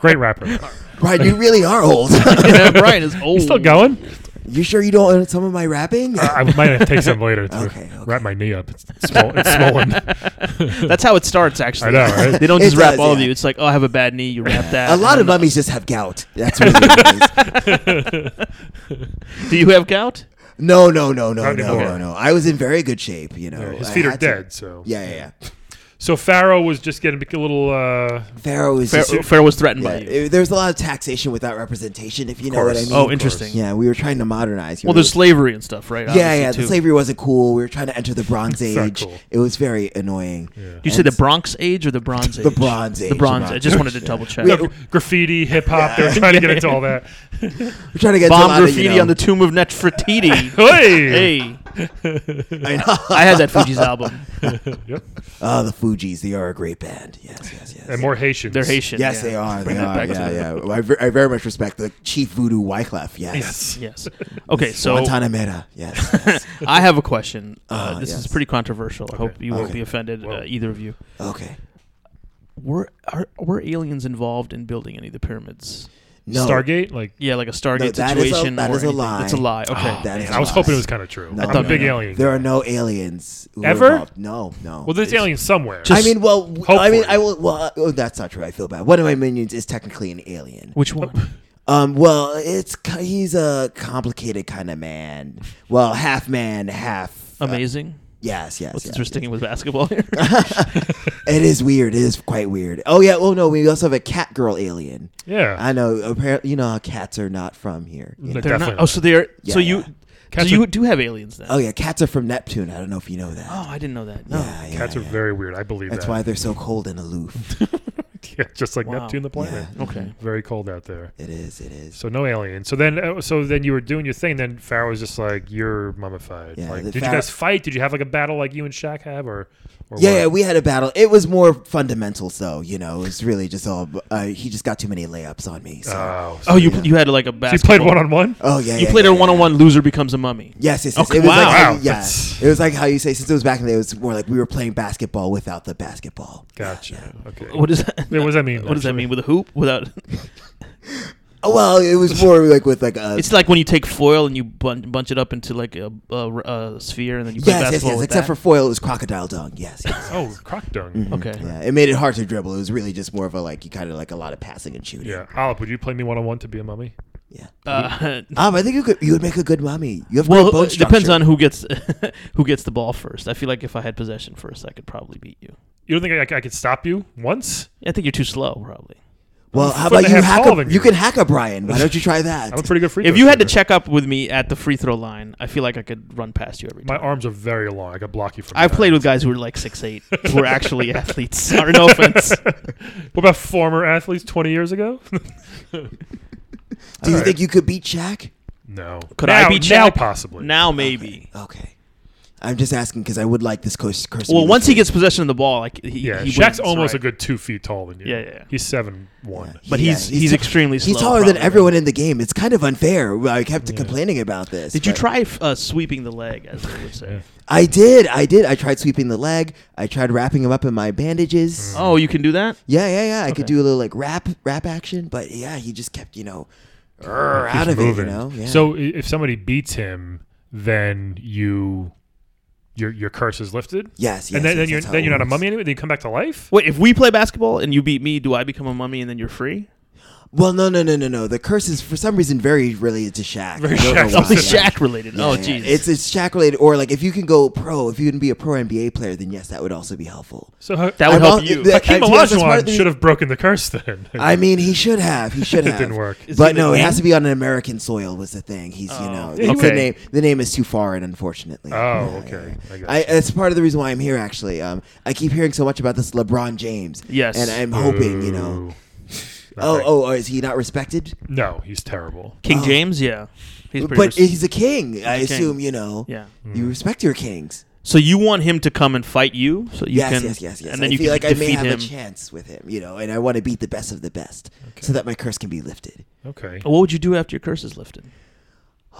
Speaker 1: Great rapper.
Speaker 3: Right, you really are old.
Speaker 4: Yeah, Brian is old.
Speaker 1: He's still going.
Speaker 3: you sure you don't own some of my rapping?
Speaker 4: Ah,
Speaker 1: I might have to take some later to
Speaker 3: Okay, okay.
Speaker 1: wrap my knee up. It's, swol- it's swollen.
Speaker 4: That's how it starts. Actually,
Speaker 1: I know, right?
Speaker 4: They don't
Speaker 3: It
Speaker 4: just wrap
Speaker 3: does,
Speaker 4: all of
Speaker 3: yeah.
Speaker 4: you. It's like, oh, I have a bad knee. You wrap that.
Speaker 3: A lot
Speaker 4: and
Speaker 3: of
Speaker 4: then-
Speaker 3: mummies just have gout. That's really what it is.
Speaker 4: Do you have gout?
Speaker 3: No, no, no, no,
Speaker 1: Not
Speaker 3: no,
Speaker 1: anymore.
Speaker 3: no, no. I was in very good shape, you know.
Speaker 1: His
Speaker 3: I
Speaker 1: feet are
Speaker 3: had to-
Speaker 1: dead. So
Speaker 3: Yeah, yeah, yeah.
Speaker 1: So Pharaoh was just getting a little. Uh,
Speaker 3: Pharaoh is just,
Speaker 4: Pharaoh, pharaoh was threatened
Speaker 3: yeah,
Speaker 4: by you.
Speaker 3: it- there's a lot of taxation without representation, if you know what I
Speaker 1: course.
Speaker 3: mean.
Speaker 4: oh, interesting.
Speaker 3: Yeah, we were trying to modernize. you
Speaker 4: Well,
Speaker 3: know.
Speaker 4: there's slavery and stuff, right?
Speaker 3: yeah,
Speaker 4: Obviously,
Speaker 3: yeah. The
Speaker 4: too.
Speaker 3: slavery wasn't cool. We were trying to enter the Bronze
Speaker 1: not
Speaker 3: Age.
Speaker 1: cool.
Speaker 3: It was very annoying.
Speaker 4: You say the Bronze Age or the Bronze Age?
Speaker 3: The Bronze Age.
Speaker 4: The Bronze. I just wanted to double check.
Speaker 1: no,
Speaker 3: oh.
Speaker 1: graffiti, hip hop. They were trying to get into all that.
Speaker 3: We're trying to get to a
Speaker 4: Bomb
Speaker 3: lot of,
Speaker 4: graffiti
Speaker 3: you know,
Speaker 4: on the tomb of Nefertiti.
Speaker 1: Hey.
Speaker 4: hey,
Speaker 3: I know.
Speaker 4: I had that Fuji's album.
Speaker 1: Yep.
Speaker 3: Oh, the Fugees. They are a great band. Yes, yes, yes.
Speaker 1: And more Haitians.
Speaker 4: They're Haitian.
Speaker 3: Yes,
Speaker 4: yeah.
Speaker 3: they are. They
Speaker 4: Bring that
Speaker 3: are.
Speaker 4: back
Speaker 3: Yeah,
Speaker 4: to-
Speaker 3: yeah. I, ver- I very much respect the Chief Voodoo Wyclef. Oh.
Speaker 1: Yes.
Speaker 4: Yes. Okay, so
Speaker 3: Guantanamera. Yes. yes.
Speaker 4: I have a question. Uh,
Speaker 3: Ah,
Speaker 4: this
Speaker 3: yes.
Speaker 4: is pretty controversial. I hope you won't
Speaker 3: okay.
Speaker 4: be offended, uh,
Speaker 1: Well.
Speaker 4: either of you.
Speaker 3: okay.
Speaker 4: Were are, were aliens involved in building any of the pyramids?
Speaker 3: No.
Speaker 1: Stargate. Like
Speaker 4: Yeah, like a Stargate
Speaker 3: that is a-
Speaker 4: situation.
Speaker 3: that
Speaker 4: or
Speaker 3: is a
Speaker 4: anything?
Speaker 3: lie.
Speaker 4: That's a lie. Okay.
Speaker 3: That is
Speaker 1: I was
Speaker 3: lies.
Speaker 1: hoping it was kind of true.
Speaker 3: No,
Speaker 1: I'm
Speaker 3: no,
Speaker 1: a big
Speaker 3: no.
Speaker 1: alien.
Speaker 3: There are no aliens. who were
Speaker 1: Ever?
Speaker 3: involved. No, no.
Speaker 1: well, there's aliens somewhere.
Speaker 4: Just-
Speaker 3: I mean, well, w-
Speaker 1: Hope
Speaker 3: I mean,
Speaker 1: for it.
Speaker 3: I will. Well, uh, oh, that's not true. I feel bad. One of my minions is technically an alien.
Speaker 4: Which one?
Speaker 3: Um, well, it's ki- he's a complicated kind of man. Well, half man, half. uh,
Speaker 4: Amazing.
Speaker 3: yes, yes.
Speaker 4: What's
Speaker 3: yes,
Speaker 4: since we're sticking with basketball here?
Speaker 3: yes. It is weird. It is quite weird. Oh yeah. Oh no. We also have a cat girl alien.
Speaker 1: yeah.
Speaker 3: I know. Apparently, you know how cats are not from here. you
Speaker 1: Like
Speaker 3: know?
Speaker 4: They're
Speaker 1: Definitely
Speaker 4: not.
Speaker 1: not.
Speaker 4: Oh, so they're.
Speaker 3: Yeah,
Speaker 4: so you.
Speaker 3: yeah.
Speaker 4: So
Speaker 1: Cats
Speaker 4: you
Speaker 1: are-
Speaker 4: do have aliens then?
Speaker 3: Oh yeah, cats are from Neptune. I don't know if you know that.
Speaker 4: Oh, I didn't know that. No.
Speaker 3: yeah, yeah,
Speaker 1: Cats are
Speaker 3: yeah.
Speaker 1: very weird. I believe
Speaker 3: That's
Speaker 1: that.
Speaker 3: why they're so cold and aloof.
Speaker 1: yeah, just like
Speaker 4: Wow.
Speaker 1: Neptune the planet.
Speaker 3: Yeah.
Speaker 4: Okay.
Speaker 1: Very cold out there.
Speaker 3: it is. It is.
Speaker 1: So no alien. So then, uh, so then you were doing your thing. Then Pharaoh was just like, "You're mummified."
Speaker 3: Yeah,
Speaker 1: like,
Speaker 3: the
Speaker 1: did you
Speaker 3: Pharaoh-
Speaker 1: guys fight? Did you have like a battle like you and Shaq have, or, or
Speaker 3: Yeah, yeah,
Speaker 1: what?
Speaker 3: we had a battle. It was more fundamental, though. You know, it was really just all. Uh, he just got too many layups on me. So.
Speaker 1: Oh, so
Speaker 4: Oh, you you had like
Speaker 1: you
Speaker 4: a basketball.
Speaker 1: played one on one.
Speaker 3: oh yeah,
Speaker 4: You
Speaker 3: yeah,
Speaker 4: played
Speaker 3: yeah,
Speaker 4: a
Speaker 3: yeah.
Speaker 4: one on one. Loser becomes a mummy.
Speaker 3: Yes, yes, yes.
Speaker 4: Okay,
Speaker 3: it was
Speaker 4: wow.
Speaker 3: like how,
Speaker 1: Wow,
Speaker 3: yeah.
Speaker 1: that's-
Speaker 3: It was like how you say since it was back in the day, it was more like we were playing basketball without the basketball.
Speaker 1: Gotcha. Okay.
Speaker 4: What is that?
Speaker 1: Yeah, what does that mean?
Speaker 4: What does that
Speaker 1: actually?
Speaker 4: mean with a hoop? Without
Speaker 3: Oh, well, it was more like with like uh, a
Speaker 4: it's like when you take foil and you bun- bunch it up into like a, a, a sphere and then you play
Speaker 3: yes, yes,
Speaker 4: basketball
Speaker 3: yes.
Speaker 4: with
Speaker 3: Except for
Speaker 4: that.
Speaker 3: foil, it was crocodile dung. Yes, yes.
Speaker 1: Oh, croc dung.
Speaker 4: okay.
Speaker 3: yeah, it made it hard to dribble. It was really just more of a like you kind of like a lot of passing and shooting.
Speaker 1: Yeah, Alec, would you play me one on one to be a mummy?
Speaker 3: yeah.
Speaker 4: Uh,
Speaker 3: Um, I think you could you would make a good mommy. You have
Speaker 4: well,
Speaker 3: great bone
Speaker 4: it depends
Speaker 3: structure.
Speaker 4: on who gets who gets the ball first. I feel like if I had possession first, I could probably beat you.
Speaker 1: You don't think I, I could stop you once?
Speaker 4: I think you're too slow, probably.
Speaker 3: Well, how
Speaker 1: foot and a
Speaker 3: about you
Speaker 1: half
Speaker 3: hack
Speaker 1: taller
Speaker 3: a,
Speaker 1: than
Speaker 3: you can hack a Brian. Why don't you try that?
Speaker 1: I'm a pretty good free.
Speaker 4: If
Speaker 1: throw
Speaker 4: you had to
Speaker 1: shooter.
Speaker 4: check up with me at the free throw line, I feel like I could run past you every
Speaker 1: my
Speaker 4: time.
Speaker 1: arms are very long. I could block you from.
Speaker 4: I've
Speaker 1: behind.
Speaker 4: played with guys who were like six eight, who were actually athletes. Sorry, no offense.
Speaker 1: What about former athletes 20 years ago?
Speaker 3: Do you
Speaker 1: All right.
Speaker 3: think you could beat Shaq?
Speaker 1: No.
Speaker 4: Could
Speaker 1: now,
Speaker 4: I be
Speaker 1: now?
Speaker 4: Shaq?
Speaker 1: Possibly.
Speaker 4: Now maybe.
Speaker 3: Okay. I'm just asking because I would like this coach. Curse
Speaker 4: Well, once he gets possession of the ball, like he,
Speaker 1: Yeah,
Speaker 4: he
Speaker 1: Shaq's
Speaker 4: wins,
Speaker 1: almost
Speaker 4: right?
Speaker 1: a good two feet taller than you.
Speaker 4: Yeah, yeah, yeah.
Speaker 1: He's seven one.
Speaker 4: but he's he's, extremely slow.
Speaker 3: he's taller
Speaker 4: probably.
Speaker 3: than everyone in the game. It's kind of unfair. I kept complaining about this.
Speaker 4: Did you
Speaker 3: but-
Speaker 4: try f- uh, sweeping the leg, as they would say?
Speaker 3: I did. I did. I tried sweeping the leg. I tried wrapping him up in my bandages.
Speaker 4: Oh, you can do that.
Speaker 3: Yeah, yeah, yeah. I could
Speaker 4: Okay.
Speaker 3: do a little like rap, rap action, but yeah, he just kept you know err,
Speaker 1: Keeps
Speaker 3: out of
Speaker 1: moving.
Speaker 3: it. You know. Yeah.
Speaker 1: So i- if somebody beats him, then you your your curse is lifted.
Speaker 3: yes, yes.
Speaker 1: and then,
Speaker 3: yes,
Speaker 1: then you're
Speaker 3: that's how
Speaker 1: then
Speaker 3: it
Speaker 1: you're not a
Speaker 3: works.
Speaker 1: mummy anyway. Then you come back to life.
Speaker 4: Wait, if we play basketball and you beat me, do I become a mummy and then you're free?
Speaker 3: Well, no, no, no, no, no. The curse is for some reason very related to Shaq. Very
Speaker 1: Shaq-
Speaker 4: Oh, it's Shaq related. oh,
Speaker 3: Yeah, yeah.
Speaker 4: jeez.
Speaker 3: It's it's Shaq related, or like if you can go pro, if you can be a pro NBA player, then yes, that would also be helpful.
Speaker 1: So how,
Speaker 4: that would
Speaker 3: I'm
Speaker 4: help
Speaker 3: all-
Speaker 4: you.
Speaker 3: the-
Speaker 1: Hakeem
Speaker 3: I- yes, that's part of
Speaker 1: Olajuwon
Speaker 3: the-
Speaker 1: should have broken the curse then.
Speaker 3: I mean, he should have. He should
Speaker 1: It
Speaker 3: have.
Speaker 1: didn't work.
Speaker 4: Is he
Speaker 3: But
Speaker 4: in the
Speaker 3: no, it
Speaker 4: game?
Speaker 3: has to be on an American soil. Was the thing. He's you
Speaker 4: Oh.
Speaker 3: know
Speaker 1: Yeah, he
Speaker 3: it's the
Speaker 4: was-
Speaker 3: name. The name is too foreign, unfortunately.
Speaker 1: oh, okay. I got
Speaker 3: I,
Speaker 1: you.
Speaker 3: it's part of the reason why I'm here. Actually, um, I keep hearing so much about this LeBron James.
Speaker 4: Yes.
Speaker 3: and I'm hoping you know.
Speaker 1: Ooh.
Speaker 3: Oh,
Speaker 1: Nothing.
Speaker 3: oh, oh, is he not respected?
Speaker 1: no, he's terrible.
Speaker 4: King
Speaker 3: Oh.
Speaker 4: James, yeah, he's pretty.
Speaker 3: but
Speaker 4: res-
Speaker 3: he's a king.
Speaker 4: a
Speaker 3: I
Speaker 4: king.
Speaker 3: assume you know.
Speaker 4: yeah.
Speaker 3: You respect your kings.
Speaker 4: So you want him to come and fight you? So you
Speaker 3: yes,
Speaker 4: can,
Speaker 3: yes, yes, yes.
Speaker 4: and then
Speaker 3: I
Speaker 4: you
Speaker 3: feel
Speaker 4: can
Speaker 3: like I
Speaker 4: defeat
Speaker 3: may have a
Speaker 4: him.
Speaker 3: chance with him, you know, and I want to beat the best of the best so that my curse can be lifted.
Speaker 1: Okay.
Speaker 3: Oh.
Speaker 4: What would you do after your curse is lifted?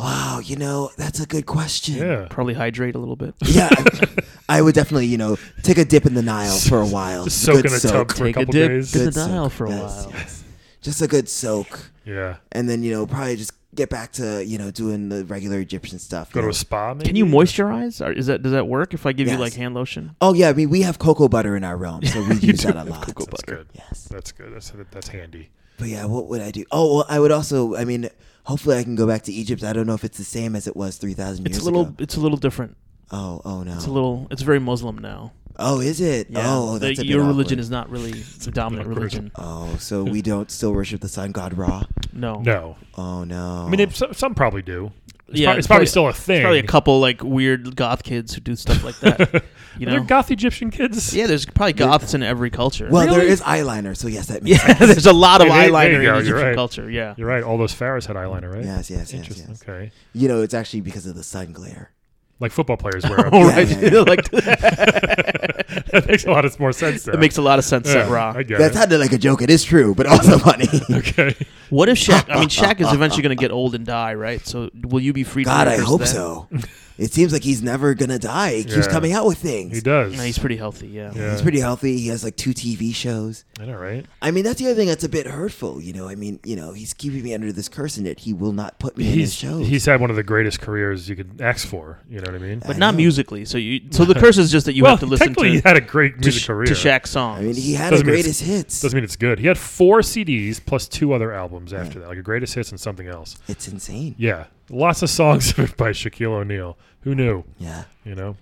Speaker 3: Wow, you know, that's a good question.
Speaker 1: Yeah.
Speaker 4: Probably hydrate a little bit.
Speaker 3: Yeah, I, I would definitely, you know, take a dip in the Nile for a while.
Speaker 1: Just
Speaker 3: a
Speaker 1: soak
Speaker 3: good
Speaker 1: in a tub for a
Speaker 4: Take a
Speaker 1: couple
Speaker 4: dip.
Speaker 1: days.
Speaker 4: in the
Speaker 3: Good soak.
Speaker 4: Nile for a
Speaker 3: Yes,
Speaker 4: while.
Speaker 3: yes. Just a good soak.
Speaker 1: Yeah.
Speaker 3: And then, you know, probably just get back to, you know, doing the regular Egyptian stuff.
Speaker 1: Go
Speaker 3: you
Speaker 1: to
Speaker 3: know.
Speaker 1: a spa. Maybe?
Speaker 4: Can you moisturize? Or is that does that work? If I give you
Speaker 3: Yes.
Speaker 4: like hand lotion,
Speaker 3: oh, yeah, I mean, we have cocoa butter in our realm, so we use that a lot.
Speaker 4: cocoa
Speaker 1: That's
Speaker 4: butter.
Speaker 1: good.
Speaker 3: Yes.
Speaker 1: That's good. That's that's handy.
Speaker 3: But yeah, what would I do? Oh, well, I would also, I mean, hopefully I can go back to Egypt. I don't know if it's the same as it was 3,000 years
Speaker 4: It's a little.
Speaker 3: ago.
Speaker 4: It's a little different.
Speaker 3: Oh, oh no.
Speaker 4: It's a little. It's very Muslim now.
Speaker 3: oh, is it?
Speaker 4: Yeah.
Speaker 3: Oh,
Speaker 4: The-
Speaker 3: that's a bit
Speaker 4: your religion
Speaker 3: awkward.
Speaker 4: is not really the dominant
Speaker 1: Awkward.
Speaker 4: religion.
Speaker 3: Oh, so we don't still worship the sun god Ra?
Speaker 4: No.
Speaker 1: No,
Speaker 3: Oh no.
Speaker 1: I mean it, some, some probably do. It's,
Speaker 4: Yeah,
Speaker 1: prob-
Speaker 4: it's
Speaker 1: it's probably,
Speaker 4: probably-
Speaker 1: still a thing.
Speaker 4: There's probably a couple like weird goth kids who do stuff like that. you
Speaker 1: Are there
Speaker 4: know.
Speaker 1: goth Egyptian kids?
Speaker 4: yeah, there's probably goths in every culture.
Speaker 3: well, there
Speaker 1: Really?
Speaker 3: is eyeliner, so yes, that makes
Speaker 4: yeah,
Speaker 3: sense.
Speaker 4: there's a lot of
Speaker 1: Hey, there- there you
Speaker 4: eyeliner
Speaker 1: go,
Speaker 4: in
Speaker 1: you're
Speaker 4: Egyptian
Speaker 1: right.
Speaker 4: culture. Yeah.
Speaker 1: You're right. All those pharaohs had eyeliner, right?
Speaker 3: Yes, yes, yes,
Speaker 1: Interesting.
Speaker 3: yes.
Speaker 1: Okay.
Speaker 3: You know, it's actually because of the sun glare.
Speaker 1: Like football players wear.
Speaker 4: All
Speaker 1: them.
Speaker 4: right.
Speaker 3: Oh, Yeah, yeah, yeah.
Speaker 4: like that
Speaker 1: that makes a lot of more sense. Though.
Speaker 4: makes a lot of sense.
Speaker 1: yeah,
Speaker 4: That raw.
Speaker 1: I get
Speaker 3: That
Speaker 1: it.
Speaker 3: sounded like a joke. It is true, but also funny.
Speaker 1: Okay.
Speaker 4: What if Shaq? I mean, Shaq is eventually going to get old and die, right? So will you be free? to
Speaker 3: God, I
Speaker 4: curse
Speaker 3: hope
Speaker 4: then?
Speaker 3: so. It seems like he's never gonna die. He keeps
Speaker 1: Yeah.
Speaker 3: coming out with things.
Speaker 1: He does.
Speaker 4: No, he's pretty healthy. Yeah.
Speaker 1: Yeah.
Speaker 3: He's pretty healthy. He has like two TV shows.
Speaker 1: I know, right?
Speaker 3: I mean, that's the other thing that's a bit hurtful. You know, I mean, you know, he's keeping me under this curse, and yet he will not put me in his
Speaker 1: He's
Speaker 3: shows.
Speaker 1: he's had one of the greatest careers you could ask for. You know what I mean?
Speaker 4: But
Speaker 3: I
Speaker 4: not
Speaker 3: know.
Speaker 4: musically. So you. So the curse is just that you
Speaker 1: well,
Speaker 4: have to listen
Speaker 1: technically,
Speaker 4: to
Speaker 1: he had a great
Speaker 4: to,
Speaker 1: music
Speaker 4: Sh- to
Speaker 1: career.
Speaker 4: Shaq's songs.
Speaker 3: I mean, he had the
Speaker 1: Doesn't mean it's-
Speaker 3: greatest hits.
Speaker 1: Doesn't mean it's good. He had four CDs plus two other albums after that, like a greatest hits and something else.
Speaker 3: It's insane.
Speaker 1: Yeah, lots of songs by Shaquille O'Neal. Who knew?
Speaker 3: Yeah,
Speaker 1: You know.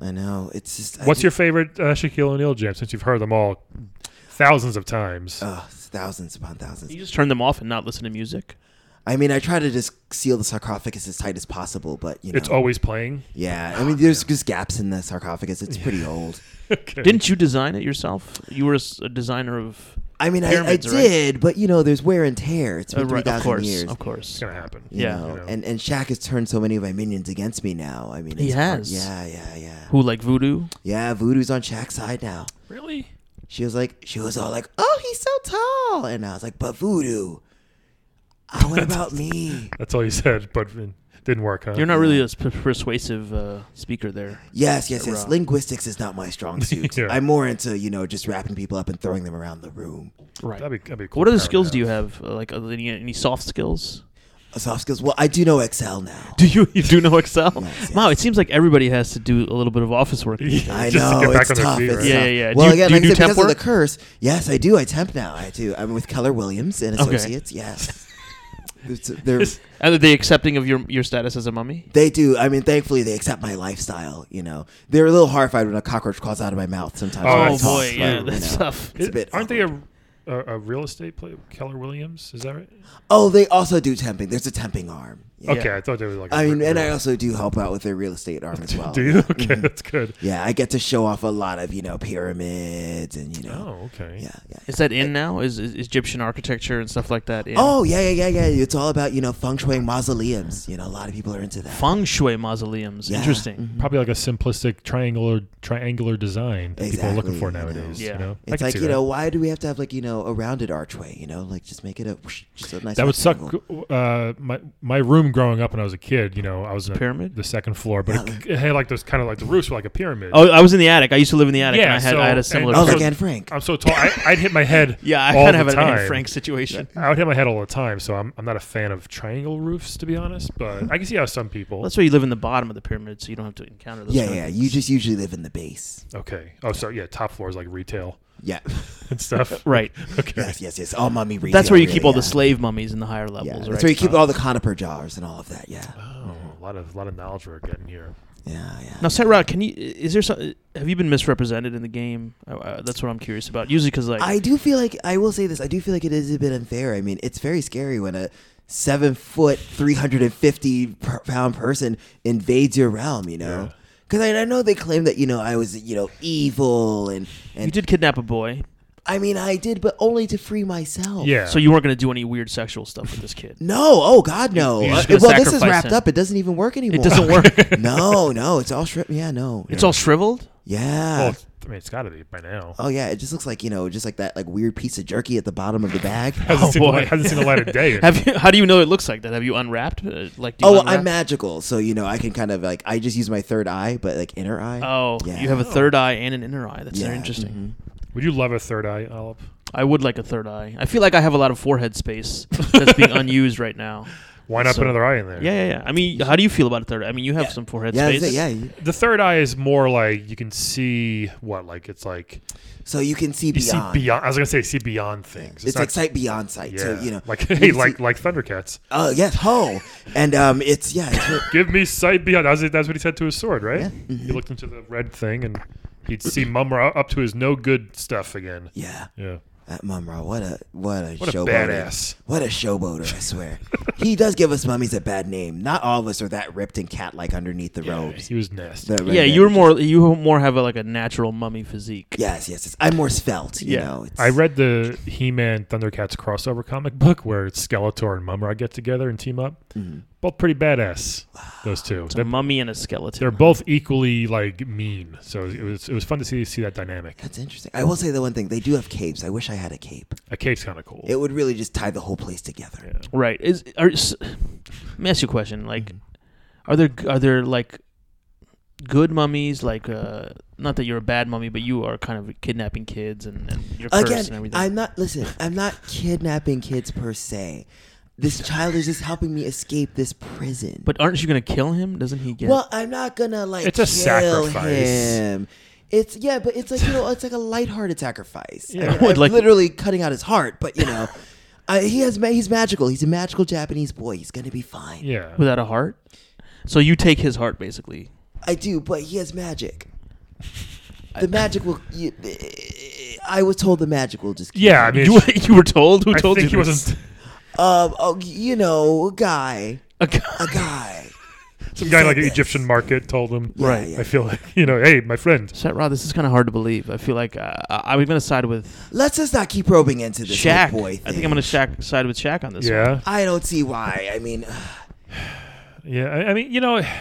Speaker 3: I know. It's just. I
Speaker 1: What's
Speaker 3: ju-
Speaker 1: your favorite uh, Shaquille O'Neal jam? Since you've heard them all thousands of times.
Speaker 3: Ugh, thousands upon thousands.
Speaker 4: you just turn them off and not listen to music.
Speaker 3: I mean, I try to just seal the sarcophagus as tight as possible, but you know,
Speaker 1: It's always playing.
Speaker 3: yeah. I mean, there's just gaps in the sarcophagus. It's pretty old.
Speaker 1: Okay.
Speaker 4: Didn't you design it yourself? You were a s- a designer of.
Speaker 3: I mean, I, I
Speaker 4: Pyramids, right?
Speaker 3: did, but you know, there's wear and tear. It's
Speaker 4: uh,
Speaker 3: been three
Speaker 4: right, of
Speaker 3: thousand
Speaker 4: course,
Speaker 3: years.
Speaker 4: of
Speaker 1: It's
Speaker 4: course.
Speaker 1: gonna happen.
Speaker 3: You
Speaker 4: Yeah.
Speaker 3: know,
Speaker 1: You know.
Speaker 3: and and Shaq has turned so many of my minions against me now. I mean,
Speaker 4: He
Speaker 3: it's hard-
Speaker 4: has.
Speaker 3: Yeah, yeah, yeah.
Speaker 4: Who like voodoo?
Speaker 3: Yeah, voodoo's on Shaq's side now.
Speaker 1: Really?
Speaker 3: She was like, she was all like, "Oh, he's so tall," and I was like, "But voodoo, ah, what about me?"
Speaker 1: That's all you said, but it didn't work, huh?
Speaker 4: You're not really a s- persuasive uh, speaker there.
Speaker 3: Yes, yes, yes.
Speaker 4: Wrong.
Speaker 3: Linguistics is not my strong suit.
Speaker 1: Yeah.
Speaker 3: I'm more into, you know, just wrapping people up and throwing them around the room.
Speaker 4: Right.
Speaker 1: That'd be, that'd be a cool
Speaker 4: What other
Speaker 1: power to
Speaker 4: skills do you
Speaker 1: have.
Speaker 4: have? Uh, Like uh, any, any soft skills?
Speaker 3: Uh, Soft skills. Well, I do know Excel now.
Speaker 4: Do you you do know Excel?
Speaker 3: Yes,
Speaker 4: Wow,
Speaker 3: yes.
Speaker 4: it seems like everybody has to do a little bit of office work. these
Speaker 1: Yeah.
Speaker 4: days.
Speaker 3: I
Speaker 1: Just to
Speaker 3: know
Speaker 1: get back
Speaker 3: it's
Speaker 1: on their
Speaker 3: tough.
Speaker 1: feet,
Speaker 3: it's
Speaker 1: right?
Speaker 4: Yeah,
Speaker 3: tough.
Speaker 4: yeah, yeah. Do
Speaker 3: Well,
Speaker 4: you-
Speaker 3: again,
Speaker 4: do you
Speaker 3: like I
Speaker 4: do
Speaker 3: said,
Speaker 4: temp
Speaker 3: because of the
Speaker 4: work?
Speaker 3: curse. Yes, I do. I temp now. I do. I'm with Keller Williams and
Speaker 4: Okay.
Speaker 3: Associates. Yes, It's- they're-
Speaker 4: Are they accepting of your your status as a mummy?
Speaker 3: they do. I mean, thankfully, they accept my lifestyle. You know, they're a little horrified when a cockroach crawls out of my mouth sometimes.
Speaker 1: Oh,
Speaker 3: when I
Speaker 1: that's
Speaker 3: talk,
Speaker 1: tough.
Speaker 4: boy, yeah,
Speaker 3: but, you
Speaker 4: that's
Speaker 3: know.
Speaker 4: tough.
Speaker 3: It's a bit
Speaker 1: Aren't they a a, a real estate play, Keller Williams. Is that right?
Speaker 3: Oh, they also do temping. There's a temping arm. Yeah.
Speaker 1: Okay, I thought they were like.
Speaker 3: I
Speaker 1: a
Speaker 3: mean,
Speaker 1: re-
Speaker 3: and I
Speaker 1: real-
Speaker 3: also do help out with their real estate arm as well. Mm-hmm.
Speaker 1: do you? Okay, that's good.
Speaker 3: Yeah, I get to show off a lot of you know pyramids and you know.
Speaker 1: Oh, okay.
Speaker 3: Yeah, yeah. Eh,
Speaker 4: Is that in now? Is, is Egyptian architecture and stuff like that in?
Speaker 3: Oh yeah, yeah, yeah, yeah. It's all about you know feng shui mausoleums. You know, a lot of people are into that.
Speaker 4: Feng Shui mausoleums.
Speaker 3: Yeah. Mm-hmm.
Speaker 4: Interesting.
Speaker 1: Probably like a simplistic triangular triangular design that people are looking for
Speaker 3: Exactly, you know.
Speaker 1: nowadays.
Speaker 4: Yeah.
Speaker 1: You know? I
Speaker 3: It's
Speaker 1: can
Speaker 3: like
Speaker 1: see
Speaker 3: you
Speaker 1: that.
Speaker 3: know, why do we have to have like you know a rounded archway? You know, like just make it a whoosh, just a nice.
Speaker 1: that would suck.
Speaker 3: rectangle.
Speaker 1: Uh, my my room growing up when I was a kid, you know, I was in a-
Speaker 4: Pyramid?
Speaker 1: the second floor, but it, it had like those kind of like the roofs were like a pyramid.
Speaker 4: Oh, I was in the attic. I used to live in the attic, and
Speaker 1: Yeah,
Speaker 4: I had
Speaker 1: so-
Speaker 4: I had a similar.
Speaker 1: and-
Speaker 3: Oh,
Speaker 1: so-
Speaker 3: like Anne Frank.
Speaker 1: I'm so tall. I, I'd hit my head.
Speaker 4: yeah, I
Speaker 1: all
Speaker 4: kind of
Speaker 1: the
Speaker 4: have an Anne
Speaker 1: time.
Speaker 4: Frank situation.
Speaker 1: I would hit my head all the time, so I'm, I'm not a fan of triangle roofs to be honest. But I can see how some people.
Speaker 4: That's why you live in the bottom of the pyramid, so you don't have to encounter those.
Speaker 3: Yeah,
Speaker 4: kind of
Speaker 3: yeah.
Speaker 4: things.
Speaker 3: You just usually live in the base.
Speaker 1: Okay. Oh, so yeah, top floor is like retail
Speaker 3: Yeah.
Speaker 1: and stuff.
Speaker 4: right.
Speaker 1: Okay.
Speaker 3: yes, yes, yes. All mummy retail.
Speaker 4: That's where you keep
Speaker 3: yeah,
Speaker 4: all the
Speaker 3: yeah.
Speaker 4: slave mummies in the higher
Speaker 3: Yeah,
Speaker 4: levels,
Speaker 3: that's
Speaker 4: right?
Speaker 3: where you keep all the conifer jars and all of that. Yeah,
Speaker 1: Oh, a lot of lot of knowledge we're getting here.
Speaker 3: yeah, yeah.
Speaker 4: Now, Sarah, can you? Is there some? Have you been misrepresented in the game? Uh, Uh, that's what I'm curious about. Usually, because like
Speaker 3: I do feel like I will say this. I do feel like it is a bit unfair. I mean, it's very scary when a seven foot, three hundred and fifty pound person invades your realm. You know, because I, I know they claim that you know I was you know evil and
Speaker 4: you
Speaker 3: and
Speaker 4: did kidnap a boy,
Speaker 3: I mean I did, but only to free myself.
Speaker 1: Yeah.
Speaker 4: Oh, so you weren't going to do any weird sexual stuff with this kid.
Speaker 3: No, oh God, no.
Speaker 4: You're just
Speaker 3: Uh,
Speaker 4: gonna
Speaker 3: well, this is
Speaker 4: sacrifice
Speaker 3: wrapped
Speaker 4: him.
Speaker 3: up. It doesn't even work anymore.
Speaker 4: It doesn't work.
Speaker 3: no, no, it's all stripped. Yeah, no.
Speaker 4: It's all shriveled.
Speaker 3: yeah.
Speaker 1: Well,
Speaker 4: Oh.
Speaker 1: it's- I mean, it's got to be by now.
Speaker 3: Oh yeah, it just looks like you know, just like that, like weird piece of jerky at the bottom of the bag.
Speaker 1: Hasn't,
Speaker 4: Oh,
Speaker 1: seen, the
Speaker 4: boy.
Speaker 1: light, hasn't seen the light of day.
Speaker 4: Have you? How do you know it looks like that? Have you unwrapped? Uh, like do you
Speaker 3: oh,
Speaker 4: unwrap?
Speaker 3: I'm magical, so you know I can kind of like I just use my third eye, but like inner eye.
Speaker 4: Oh,
Speaker 3: Yeah.
Speaker 4: you have a third eye and an inner eye. That's
Speaker 3: Yeah, Mm-hmm.
Speaker 4: very interesting.
Speaker 1: Would you love a third eye, Olive?
Speaker 4: I would like a third eye. I feel like I have a lot of forehead space that's being unused right now.
Speaker 1: Why not
Speaker 4: So-
Speaker 1: put another eye in there?
Speaker 4: Yeah, yeah, yeah. I mean, how do you feel about a third eye? I mean, you have some forehead
Speaker 3: yeah,
Speaker 4: space.
Speaker 3: that's it, yeah. you-
Speaker 1: The third eye is more like you can see what, like it's like
Speaker 3: So you can see
Speaker 1: you
Speaker 3: beyond.
Speaker 1: see beyond. I was gonna say see beyond things.
Speaker 3: It's, like sight beyond sight.
Speaker 1: yeah,
Speaker 3: So you know,
Speaker 1: like
Speaker 3: you
Speaker 1: hey,
Speaker 3: can
Speaker 1: like
Speaker 3: see-
Speaker 1: like Thundercats.
Speaker 3: oh yes, ho, and um, it's yeah, it's, re-
Speaker 1: Give me sight beyond. That's, that's what he said to his sword, right?
Speaker 3: Yeah. Mm-hmm.
Speaker 1: He looked into the red thing and he'd see Mumra up to his no good stuff again.
Speaker 3: yeah.
Speaker 1: Yeah.
Speaker 3: That Mumra, Uh, what a what a
Speaker 1: What a
Speaker 3: showboater!
Speaker 1: badass.
Speaker 3: What a showboater! I swear, he does give us mummies a bad name. Not all of us are that ripped and cat-like underneath the robes.
Speaker 1: He was nasty.
Speaker 3: The
Speaker 4: Yeah,
Speaker 3: redneck-
Speaker 4: you were more you more have a, like a natural mummy physique.
Speaker 3: Yes, yes, yes. I'm more svelte. You
Speaker 4: Yeah.
Speaker 3: know, it's,
Speaker 1: I read the He-Man Thundercats crossover comic book where Skeletor and Mumra get together and team up.
Speaker 3: mm-hmm.
Speaker 1: Both pretty badass. Those two.
Speaker 4: It's a
Speaker 1: They're,
Speaker 4: mummy and a skeleton.
Speaker 1: they're both equally like mean. So it was it was fun to see see that dynamic.
Speaker 3: That's interesting. I will say the one thing they do have capes. I wish I had a cape.
Speaker 1: A cape's kind of cool.
Speaker 3: It would really just tie the whole place together.
Speaker 1: Yeah.
Speaker 4: right. Is are, s- let me ask you a question. Like, are there are there like good mummies? Like, uh, not that you're a bad mummy, but you are kind of kidnapping kids and, and you're cursed and
Speaker 3: Again,
Speaker 4: everything.
Speaker 3: I'm not. Listen, I'm not kidnapping kids per se. This child is just helping me escape this prison.
Speaker 4: but aren't you gonna kill him? Doesn't he get?
Speaker 3: well, I'm not gonna like
Speaker 1: It's a
Speaker 3: kill
Speaker 1: sacrifice.
Speaker 3: him. It's yeah, but it's like you know, it's like a lighthearted sacrifice.
Speaker 1: Yeah.
Speaker 3: I mean,
Speaker 4: Would,
Speaker 3: I'm
Speaker 4: like-
Speaker 3: literally cutting out his heart, but you know, I, he has ma- he's magical. He's a magical Japanese boy. He's gonna be fine.
Speaker 1: Yeah.
Speaker 4: without a heart. So you take his heart, basically.
Speaker 3: I do, but he has magic. The magic will. You, I was told the magic will just. Keep
Speaker 1: Yeah, I
Speaker 3: him.
Speaker 1: mean,
Speaker 4: You, you were told who
Speaker 1: I
Speaker 4: told
Speaker 1: think he
Speaker 4: you? this?
Speaker 1: wasn't
Speaker 3: Um. Oh, you know, a guy,
Speaker 4: A guy-
Speaker 3: a guy.
Speaker 1: some guy
Speaker 3: said
Speaker 1: like an
Speaker 3: this.
Speaker 1: Egyptian market told him.
Speaker 3: Yeah,
Speaker 4: Right.
Speaker 3: yeah.
Speaker 1: I feel like you know, hey, my friend.
Speaker 4: Shit, Rod, this is kind of hard to believe. I feel like uh, I- I'm gonna side with
Speaker 3: Let's just not keep probing into this
Speaker 4: Shaq.
Speaker 3: whole boy thing.
Speaker 4: I think I'm gonna Shaq, side with Shaq on this. one.
Speaker 1: Yeah,
Speaker 3: I don't see why. I mean,
Speaker 1: yeah. I, I mean, you know,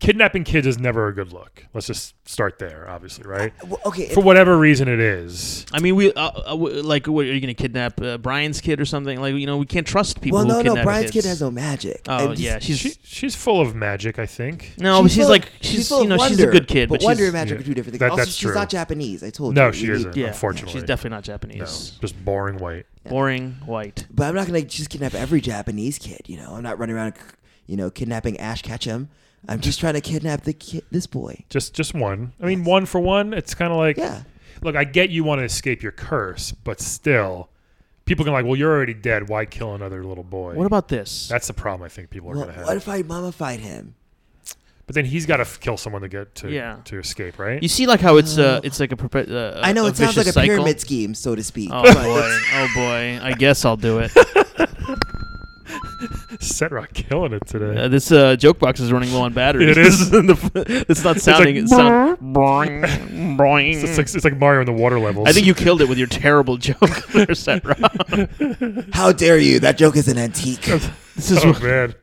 Speaker 1: kidnapping kids is never a good look. Let's just start there, obviously, right?
Speaker 3: well, okay.
Speaker 1: For whatever reason it is.
Speaker 4: I mean, we uh, uh, w- like, what, are you gonna kidnap uh, Brian's kid or something? Like, you know, we can't trust people.
Speaker 3: well,
Speaker 4: who
Speaker 3: no, no.
Speaker 4: kidnap
Speaker 3: Brian's
Speaker 4: kids.
Speaker 3: kid has no magic.
Speaker 4: Oh
Speaker 3: I'm just-
Speaker 4: yeah, she's
Speaker 1: She, she's full of magic, I think.
Speaker 4: no, she's,
Speaker 3: full of-
Speaker 4: like she's,
Speaker 3: full
Speaker 4: you
Speaker 3: of
Speaker 4: know she's a
Speaker 3: wonder,
Speaker 4: good kid, but,
Speaker 3: wonder
Speaker 4: she's,
Speaker 3: and magic
Speaker 1: yeah,
Speaker 3: are two different things.
Speaker 1: that-
Speaker 3: also,
Speaker 1: that's
Speaker 3: she's
Speaker 1: true.
Speaker 3: not Japanese. I told you.
Speaker 1: No, she
Speaker 3: We need-
Speaker 1: isn't.
Speaker 4: yeah,
Speaker 1: unfortunately,
Speaker 4: she's definitely not
Speaker 1: no,
Speaker 4: Japanese.
Speaker 1: just boring white.
Speaker 4: Boring white.
Speaker 3: But I'm not gonna just kidnap every Japanese kid. You know, I'm not running around, you know, kidnapping Ash Ketchum. I'm just trying to kidnap the kid, this boy.
Speaker 1: Just just one. I mean, one for one. It's kind of like,
Speaker 3: Yeah.
Speaker 1: look, I get you want to escape your curse, but still, people can like, well, you're already dead. Why kill another little boy?
Speaker 4: What about this?
Speaker 1: That's the problem I think people are
Speaker 3: Well,
Speaker 1: going to
Speaker 3: what
Speaker 1: have.
Speaker 3: if I mummified him?
Speaker 1: But then he's got to f- kill someone to get to
Speaker 4: Yeah.
Speaker 1: to escape, right?
Speaker 4: You see, like how it's uh, it's like a perpe- uh,
Speaker 3: Oh. I know
Speaker 4: a
Speaker 3: it sounds like
Speaker 4: vicious
Speaker 3: a
Speaker 4: cycle.
Speaker 3: pyramid scheme, so to speak.
Speaker 4: Oh
Speaker 3: but
Speaker 4: boy! Oh boy! I guess I'll do it.
Speaker 1: Set Rock killing it today.
Speaker 4: Uh, this uh, joke box is running low on batteries.
Speaker 1: It is.
Speaker 4: In the- it's not sounding. It's,
Speaker 1: like,
Speaker 4: sound, boing, boing.
Speaker 1: it's, like, it's like Mario in the water levels.
Speaker 4: I think you killed it with your terrible joke, there, Seth Rollins.
Speaker 3: How dare you? That joke is an antique.
Speaker 4: This is
Speaker 1: Oh
Speaker 4: what-
Speaker 1: man,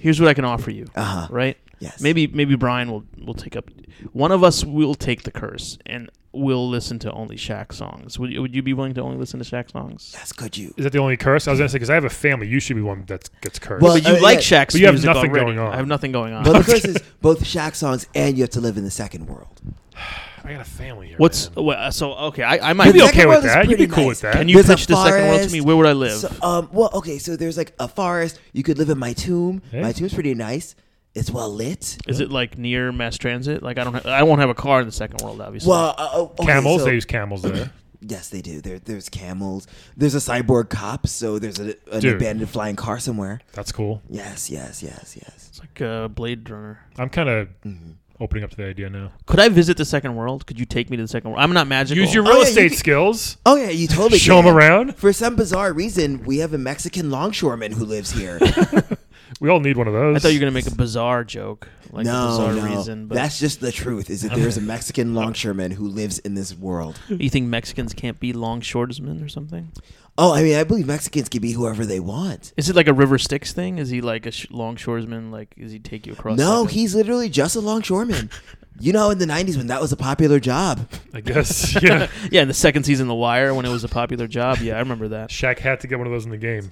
Speaker 4: here's what I can offer you.
Speaker 3: Uh-huh.
Speaker 4: Right?
Speaker 3: Yes.
Speaker 4: Maybe maybe Brian will will take up. One of us will take the curse and we'll listen to only Shaq songs. Would you, would you be willing to only listen to Shaq songs?
Speaker 3: Yes, could you?
Speaker 1: is that the only curse? I was gonna say because I have a family. You should be one that gets cursed.
Speaker 3: Well,
Speaker 4: But you
Speaker 3: uh,
Speaker 4: like
Speaker 3: yeah.
Speaker 4: Shaq's
Speaker 1: But you have
Speaker 4: music
Speaker 1: nothing
Speaker 4: already.
Speaker 1: going on.
Speaker 4: I have nothing going on.
Speaker 3: Well, the curse is both Shaq songs and you have to live in the second world.
Speaker 1: I got a family here.
Speaker 4: What's
Speaker 1: man.
Speaker 4: well, uh, so okay? I, I
Speaker 1: You'd
Speaker 4: might.
Speaker 1: be
Speaker 3: The
Speaker 1: okay
Speaker 3: second
Speaker 1: with
Speaker 3: world is
Speaker 1: that. You'd be
Speaker 3: pretty
Speaker 1: cool
Speaker 3: nice.
Speaker 1: with that.
Speaker 4: Can you
Speaker 3: There's a
Speaker 4: pitch the second world to me?
Speaker 3: forest.
Speaker 4: Where would I live?
Speaker 3: So, um, well, okay, so there's like a forest. You could live in my tomb.
Speaker 1: Hey.
Speaker 3: My tomb's pretty nice. It's well lit.
Speaker 4: Is it like near mass transit? Like I don't, ha- I won't have a car in the second world, obviously.
Speaker 3: Well, uh, oh, okay,
Speaker 1: camels?
Speaker 3: so-
Speaker 1: they use camels there.
Speaker 3: Yes, they do. There, there's camels. There's a cyborg cop. So there's a, an
Speaker 1: Dude.
Speaker 3: abandoned flying car somewhere.
Speaker 1: That's cool.
Speaker 3: Yes, yes, yes, yes.
Speaker 4: it's like a Blade Runner.
Speaker 1: I'm kind of opening up to the idea now.
Speaker 4: Could I visit the second world? Could you take me to the second world? I'm not magical.
Speaker 1: Use your
Speaker 3: Oh,
Speaker 1: real
Speaker 3: yeah, you
Speaker 1: estate
Speaker 3: could-
Speaker 1: skills.
Speaker 3: Oh yeah, you totally
Speaker 1: Show 'em
Speaker 3: can.
Speaker 1: around?
Speaker 3: For some bizarre reason, we have a Mexican longshoreman who lives here.
Speaker 1: We all need one of those.
Speaker 4: I thought you were gonna make a bizarre joke, like a
Speaker 3: no,
Speaker 4: bizarre
Speaker 3: no,
Speaker 4: reason. But
Speaker 3: that's just the truth. Is that there's a Mexican longshoreman who lives in this world?
Speaker 4: you think Mexicans can't be longshoresmen or something?
Speaker 3: Oh, I mean, I believe Mexicans can be whoever they want.
Speaker 4: Is it like a River Styx thing? Is he like a sh- longshoresman? Like, is he take you across?
Speaker 3: No,
Speaker 4: like, a-
Speaker 3: he's literally just a longshoreman. you know, in the '90s when that was a popular job.
Speaker 1: I guess. Yeah.
Speaker 4: Yeah, in the second season of The Wire, when it was a popular job. Yeah, I remember that.
Speaker 1: Shaq had to get one of those in the game.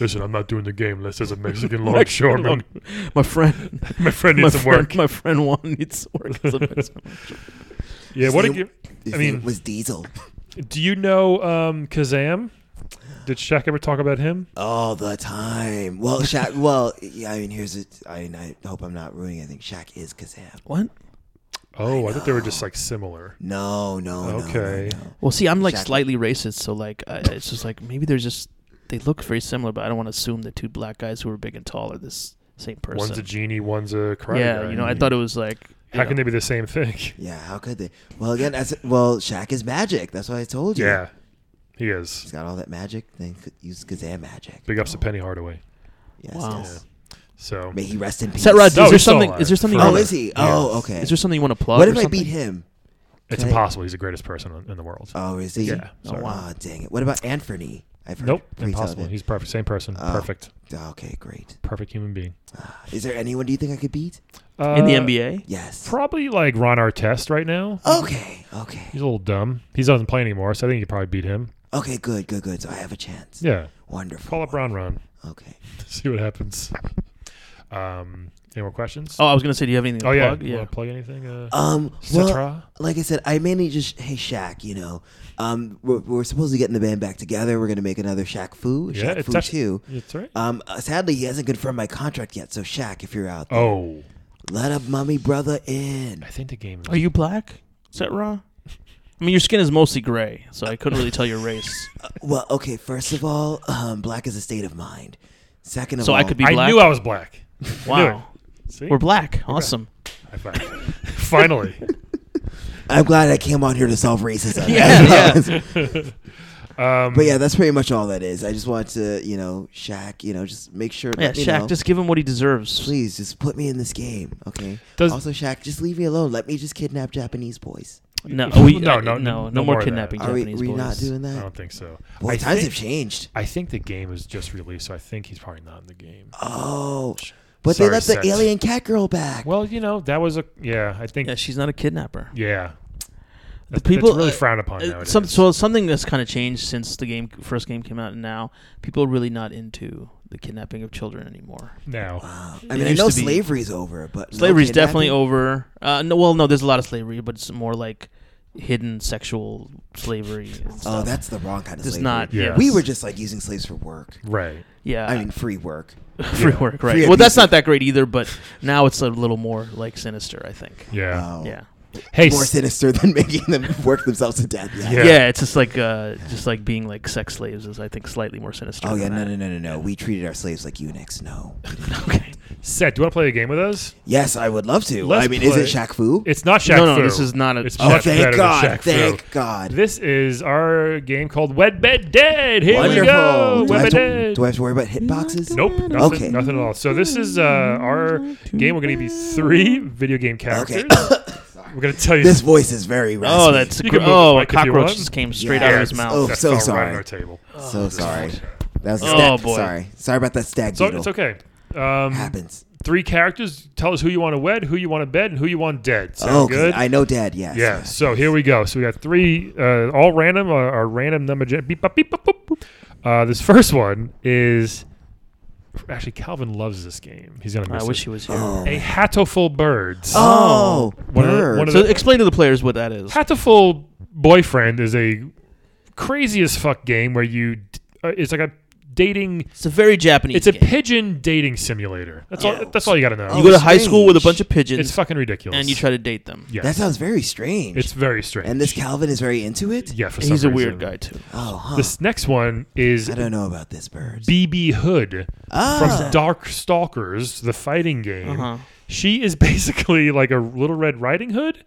Speaker 1: Listen, I'm not doing the game unless there's a Mexican longshoreman.
Speaker 4: My friend,
Speaker 1: My friend
Speaker 4: my
Speaker 1: needs some
Speaker 4: friend,
Speaker 1: work.
Speaker 4: my friend Juan needs work. as a Mexican.
Speaker 1: Yeah.
Speaker 3: His
Speaker 1: What?
Speaker 3: name-
Speaker 1: did
Speaker 3: His
Speaker 1: I
Speaker 3: name
Speaker 1: mean,
Speaker 3: was Diesel.
Speaker 1: do you know um, Kazam? Did Shaq ever talk about him?
Speaker 3: All the time. Well, Shaq. well, yeah. I mean, here's it. I, mean, I hope I'm not ruining anything. Shaq is Kazam.
Speaker 4: what?
Speaker 1: Oh, I, thought they were just like similar.
Speaker 3: No, no, no, no,
Speaker 1: Okay.
Speaker 3: no.
Speaker 4: Well, see, I'm like
Speaker 3: Exactly.
Speaker 4: slightly racist, so like I, it's just like maybe they're just they look very similar, but I don't want to assume that two black guys who are big and tall are this same person.
Speaker 1: One's a genie, one's a karate
Speaker 4: yeah,
Speaker 1: guy.
Speaker 4: you know, I thought it was like you
Speaker 1: How
Speaker 4: know,
Speaker 1: can they be the same thing?
Speaker 3: Yeah. How could they? Well, again, as well, Shaq is magic. That's what I told you.
Speaker 1: Yeah, he
Speaker 3: He's
Speaker 1: is.
Speaker 3: got all that magic. Then could use Kazam magic.
Speaker 1: Big ups to Penny Hardaway.
Speaker 3: Yes.
Speaker 4: Wow.
Speaker 3: yes.
Speaker 1: So
Speaker 3: May he rest in peace.
Speaker 4: Set Rod,
Speaker 1: No,
Speaker 4: is there
Speaker 1: he's still
Speaker 4: something?
Speaker 1: alive.
Speaker 4: Is there something? you
Speaker 3: Oh,
Speaker 1: Forever.
Speaker 4: wanna-
Speaker 3: is he? Oh,
Speaker 1: Yes.
Speaker 3: okay.
Speaker 4: Is there something you want to plug?
Speaker 3: what
Speaker 4: or
Speaker 3: if I
Speaker 4: something?
Speaker 3: beat him?
Speaker 1: it's
Speaker 3: Can I-
Speaker 1: impossible. He's the greatest person on- in the world.
Speaker 3: Oh, is he?
Speaker 1: Yeah,
Speaker 3: Oh,
Speaker 1: sorry.
Speaker 3: wow. Dang it. What about Anthony? I've heard
Speaker 1: nope,
Speaker 3: pre-tell
Speaker 1: impossible.
Speaker 3: him.
Speaker 1: He's perfect. Same person.
Speaker 3: Oh.
Speaker 1: Perfect.
Speaker 3: okay. Great. Uh,
Speaker 1: Perfect human being.
Speaker 3: Is there anyone do you think I could beat?
Speaker 1: Uh,
Speaker 4: in the NBA?
Speaker 3: Yes.
Speaker 1: Probably like Ron Artest right now.
Speaker 3: Oh. okay. Okay.
Speaker 1: He's a little dumb. He doesn't play anymore, so I think you could probably beat him.
Speaker 3: Okay. Good. Good. Good. So I have a chance.
Speaker 1: Yeah.
Speaker 3: Wonderful.
Speaker 1: Call up Ron Ron.
Speaker 3: Okay.
Speaker 1: See what happens. Um, any more questions?
Speaker 4: Oh, I was gonna say, do you have anything to
Speaker 1: Oh, yeah.
Speaker 4: plug?
Speaker 1: Wanna plug anything? Uh,
Speaker 3: Um.
Speaker 1: Cetera?
Speaker 3: Well, like I said, I mainly just hey Shaq. You know, um, we're, we're supposed to get in the band back together. We're gonna make another Shaq Fu.
Speaker 1: yeah,
Speaker 3: Shaq Fu
Speaker 1: actually-
Speaker 3: too.
Speaker 1: It's right.
Speaker 3: Um, uh, sadly, he hasn't confirmed my contract yet. So Shaq, if you're out, there,
Speaker 1: oh,
Speaker 3: let a mummy brother in.
Speaker 1: I think the game. Is,
Speaker 4: Are Oh, you black? Is that wrong? I mean, your skin is mostly gray, so I couldn't really tell your race.
Speaker 3: Well, okay. First of all, um, black is a state of mind. Second of
Speaker 4: So
Speaker 3: all,
Speaker 4: I could be
Speaker 1: I
Speaker 4: black.
Speaker 1: knew I was black.
Speaker 4: wow,
Speaker 1: See,
Speaker 4: we're black. Awesome.
Speaker 1: High five. Finally.
Speaker 3: I'm glad I came on here to solve racism.
Speaker 4: Yeah,
Speaker 1: Um,
Speaker 3: But yeah, that's pretty much all that is. I just want to, you know, Shaq, you know, just make sure.
Speaker 4: Yeah,
Speaker 3: let me
Speaker 4: Shaq,
Speaker 3: know.
Speaker 4: just give him what he deserves.
Speaker 3: please just put me in this game, okay?
Speaker 1: Does-
Speaker 3: also, Shaq, just leave me alone. Let me just kidnap Japanese boys.
Speaker 4: No,
Speaker 1: You-
Speaker 4: we,
Speaker 1: no,
Speaker 4: uh,
Speaker 1: no,
Speaker 4: no,
Speaker 1: no
Speaker 4: no,
Speaker 1: more
Speaker 4: more
Speaker 1: of that.
Speaker 4: kidnapping
Speaker 3: Are we,
Speaker 4: Japanese
Speaker 3: we
Speaker 4: boys.
Speaker 3: not doing
Speaker 1: I
Speaker 3: that?
Speaker 1: don't think so.
Speaker 3: Boy,
Speaker 1: I
Speaker 3: times
Speaker 1: think,
Speaker 3: have changed.
Speaker 1: I think the game was just released, so I think he's probably not in the game.
Speaker 3: Oh, but
Speaker 1: Sorry,
Speaker 3: they let
Speaker 1: Seth.
Speaker 3: the alien cat girl back.
Speaker 1: Well, you know, that was a yeah. I think
Speaker 4: Yeah, she's not a kidnapper.
Speaker 1: yeah.
Speaker 4: The
Speaker 1: That's- that's
Speaker 4: people
Speaker 1: really
Speaker 4: uh,
Speaker 1: frowned upon
Speaker 4: uh,
Speaker 1: nowadays.
Speaker 4: Some, so something that's kind of changed since the game first game came out, and now people are really not into the kidnapping of children anymore.
Speaker 1: now,
Speaker 3: I mean, I
Speaker 4: used
Speaker 3: know
Speaker 4: to be-
Speaker 3: slavery's over, but no
Speaker 4: Slavery's definitely
Speaker 3: kidnapping?
Speaker 4: over. Uh, no, well, no, there's a lot of slavery, but it's more like hidden sexual slavery. And stuff.
Speaker 3: Oh, that's the wrong kind of
Speaker 4: It's
Speaker 3: slavery.
Speaker 4: not.
Speaker 1: Yeah.
Speaker 4: Yeah,
Speaker 3: We were just like using slaves for work.
Speaker 1: right?
Speaker 4: Yeah,
Speaker 3: I mean, free work.
Speaker 4: free work, right?
Speaker 3: Free
Speaker 4: well, that's
Speaker 3: abusive.
Speaker 4: not that great either, but now it's a little more like sinister, I think.
Speaker 1: Yeah.
Speaker 3: Oh.
Speaker 4: Yeah.
Speaker 1: hey,
Speaker 3: More
Speaker 1: s-
Speaker 3: sinister than making them work themselves to death. Yeah.
Speaker 1: Yeah.
Speaker 4: Yeah. it's just like uh, just like being like sex slaves is I think slightly more sinister.
Speaker 3: Oh yeah,
Speaker 4: than
Speaker 3: no,
Speaker 4: that.
Speaker 3: no, no, no, no. We treated our slaves like eunuchs. No,
Speaker 4: Okay.
Speaker 1: Set, do you want to play a game with us?
Speaker 3: Yes, I would love to.
Speaker 1: Let's
Speaker 3: I mean, is
Speaker 1: play-
Speaker 3: it Shaq Fu?
Speaker 1: It's not Shaq
Speaker 4: No, no,
Speaker 1: Fu.
Speaker 4: this is not a-
Speaker 1: It's
Speaker 4: Oh,
Speaker 3: oh,
Speaker 1: much
Speaker 3: thank
Speaker 1: better
Speaker 3: God.
Speaker 1: than Shaq
Speaker 3: thank
Speaker 1: Fu.
Speaker 3: God.
Speaker 1: This is our game called Wed Bed Dead. Here we go.
Speaker 3: Do I,
Speaker 1: Wed
Speaker 3: have
Speaker 1: Bed
Speaker 3: to,
Speaker 1: Dead.
Speaker 3: do I have to worry about hitboxes?
Speaker 1: Nope, nothing,
Speaker 3: Okay.
Speaker 1: nothing at all. So this is uh, our game. We're going to be three video game characters. We're going to tell you
Speaker 3: This voice is very raspy.
Speaker 4: Oh, that's
Speaker 1: You
Speaker 4: gr-
Speaker 1: can move
Speaker 4: oh,
Speaker 1: the
Speaker 4: a
Speaker 1: mic if you
Speaker 4: cockroach
Speaker 1: want.
Speaker 4: just came straight
Speaker 3: Yeah.
Speaker 4: out of his
Speaker 3: Yes.
Speaker 4: mouth.
Speaker 3: Oh,
Speaker 1: that
Speaker 3: so
Speaker 1: fell right on
Speaker 3: sorry.
Speaker 1: our table.
Speaker 3: so sorry. That was a
Speaker 4: Oh,
Speaker 3: stag.
Speaker 4: boy.
Speaker 3: Sorry. Sorry about that stag
Speaker 1: So
Speaker 3: beetle.
Speaker 1: it's okay. Um,
Speaker 3: Happens.
Speaker 1: three characters. Tell us who you want to wed, who you want to bed, and who you want dead. Sound
Speaker 3: Oh, 'cause
Speaker 1: good?
Speaker 3: I know Dad. Yes.
Speaker 1: Yeah. So here we go. So we got three, uh, all random, uh, our random number. gen- Beep, bop, beep, bop, boop, boop. Uh, this first one is actually Calvin loves this game. He's gonna miss
Speaker 4: I
Speaker 1: it.
Speaker 4: wish he was here.
Speaker 3: Oh.
Speaker 1: a hatful birds.
Speaker 3: Oh,
Speaker 1: One of the-
Speaker 3: bird.
Speaker 1: one of
Speaker 4: So explain to the players what that is.
Speaker 1: Hatful boyfriend is a crazy as fuck game where you d- uh, it's like a dating.
Speaker 4: It's a very Japanese.
Speaker 1: It's a
Speaker 4: game.
Speaker 1: pigeon dating simulator. That's all.
Speaker 3: Oh.
Speaker 1: That's all you gotta know.
Speaker 4: You go to
Speaker 3: Oh,
Speaker 4: high school with a
Speaker 3: strange.
Speaker 4: bunch of pigeons,
Speaker 1: it's fucking ridiculous.
Speaker 4: and you try to date them.
Speaker 1: Yeah.
Speaker 3: that sounds very strange.
Speaker 1: It's very strange.
Speaker 3: and this Calvin is very into it.
Speaker 1: Yeah. For some
Speaker 4: He's a
Speaker 1: reason.
Speaker 4: weird guy too.
Speaker 3: Oh, huh.
Speaker 1: This next one is
Speaker 3: I don't know about this bird.
Speaker 1: BB Hood
Speaker 3: Ah.
Speaker 1: from Dark Stalkers, the fighting game.
Speaker 4: Uh-huh.
Speaker 1: She is basically like a Little Red Riding Hood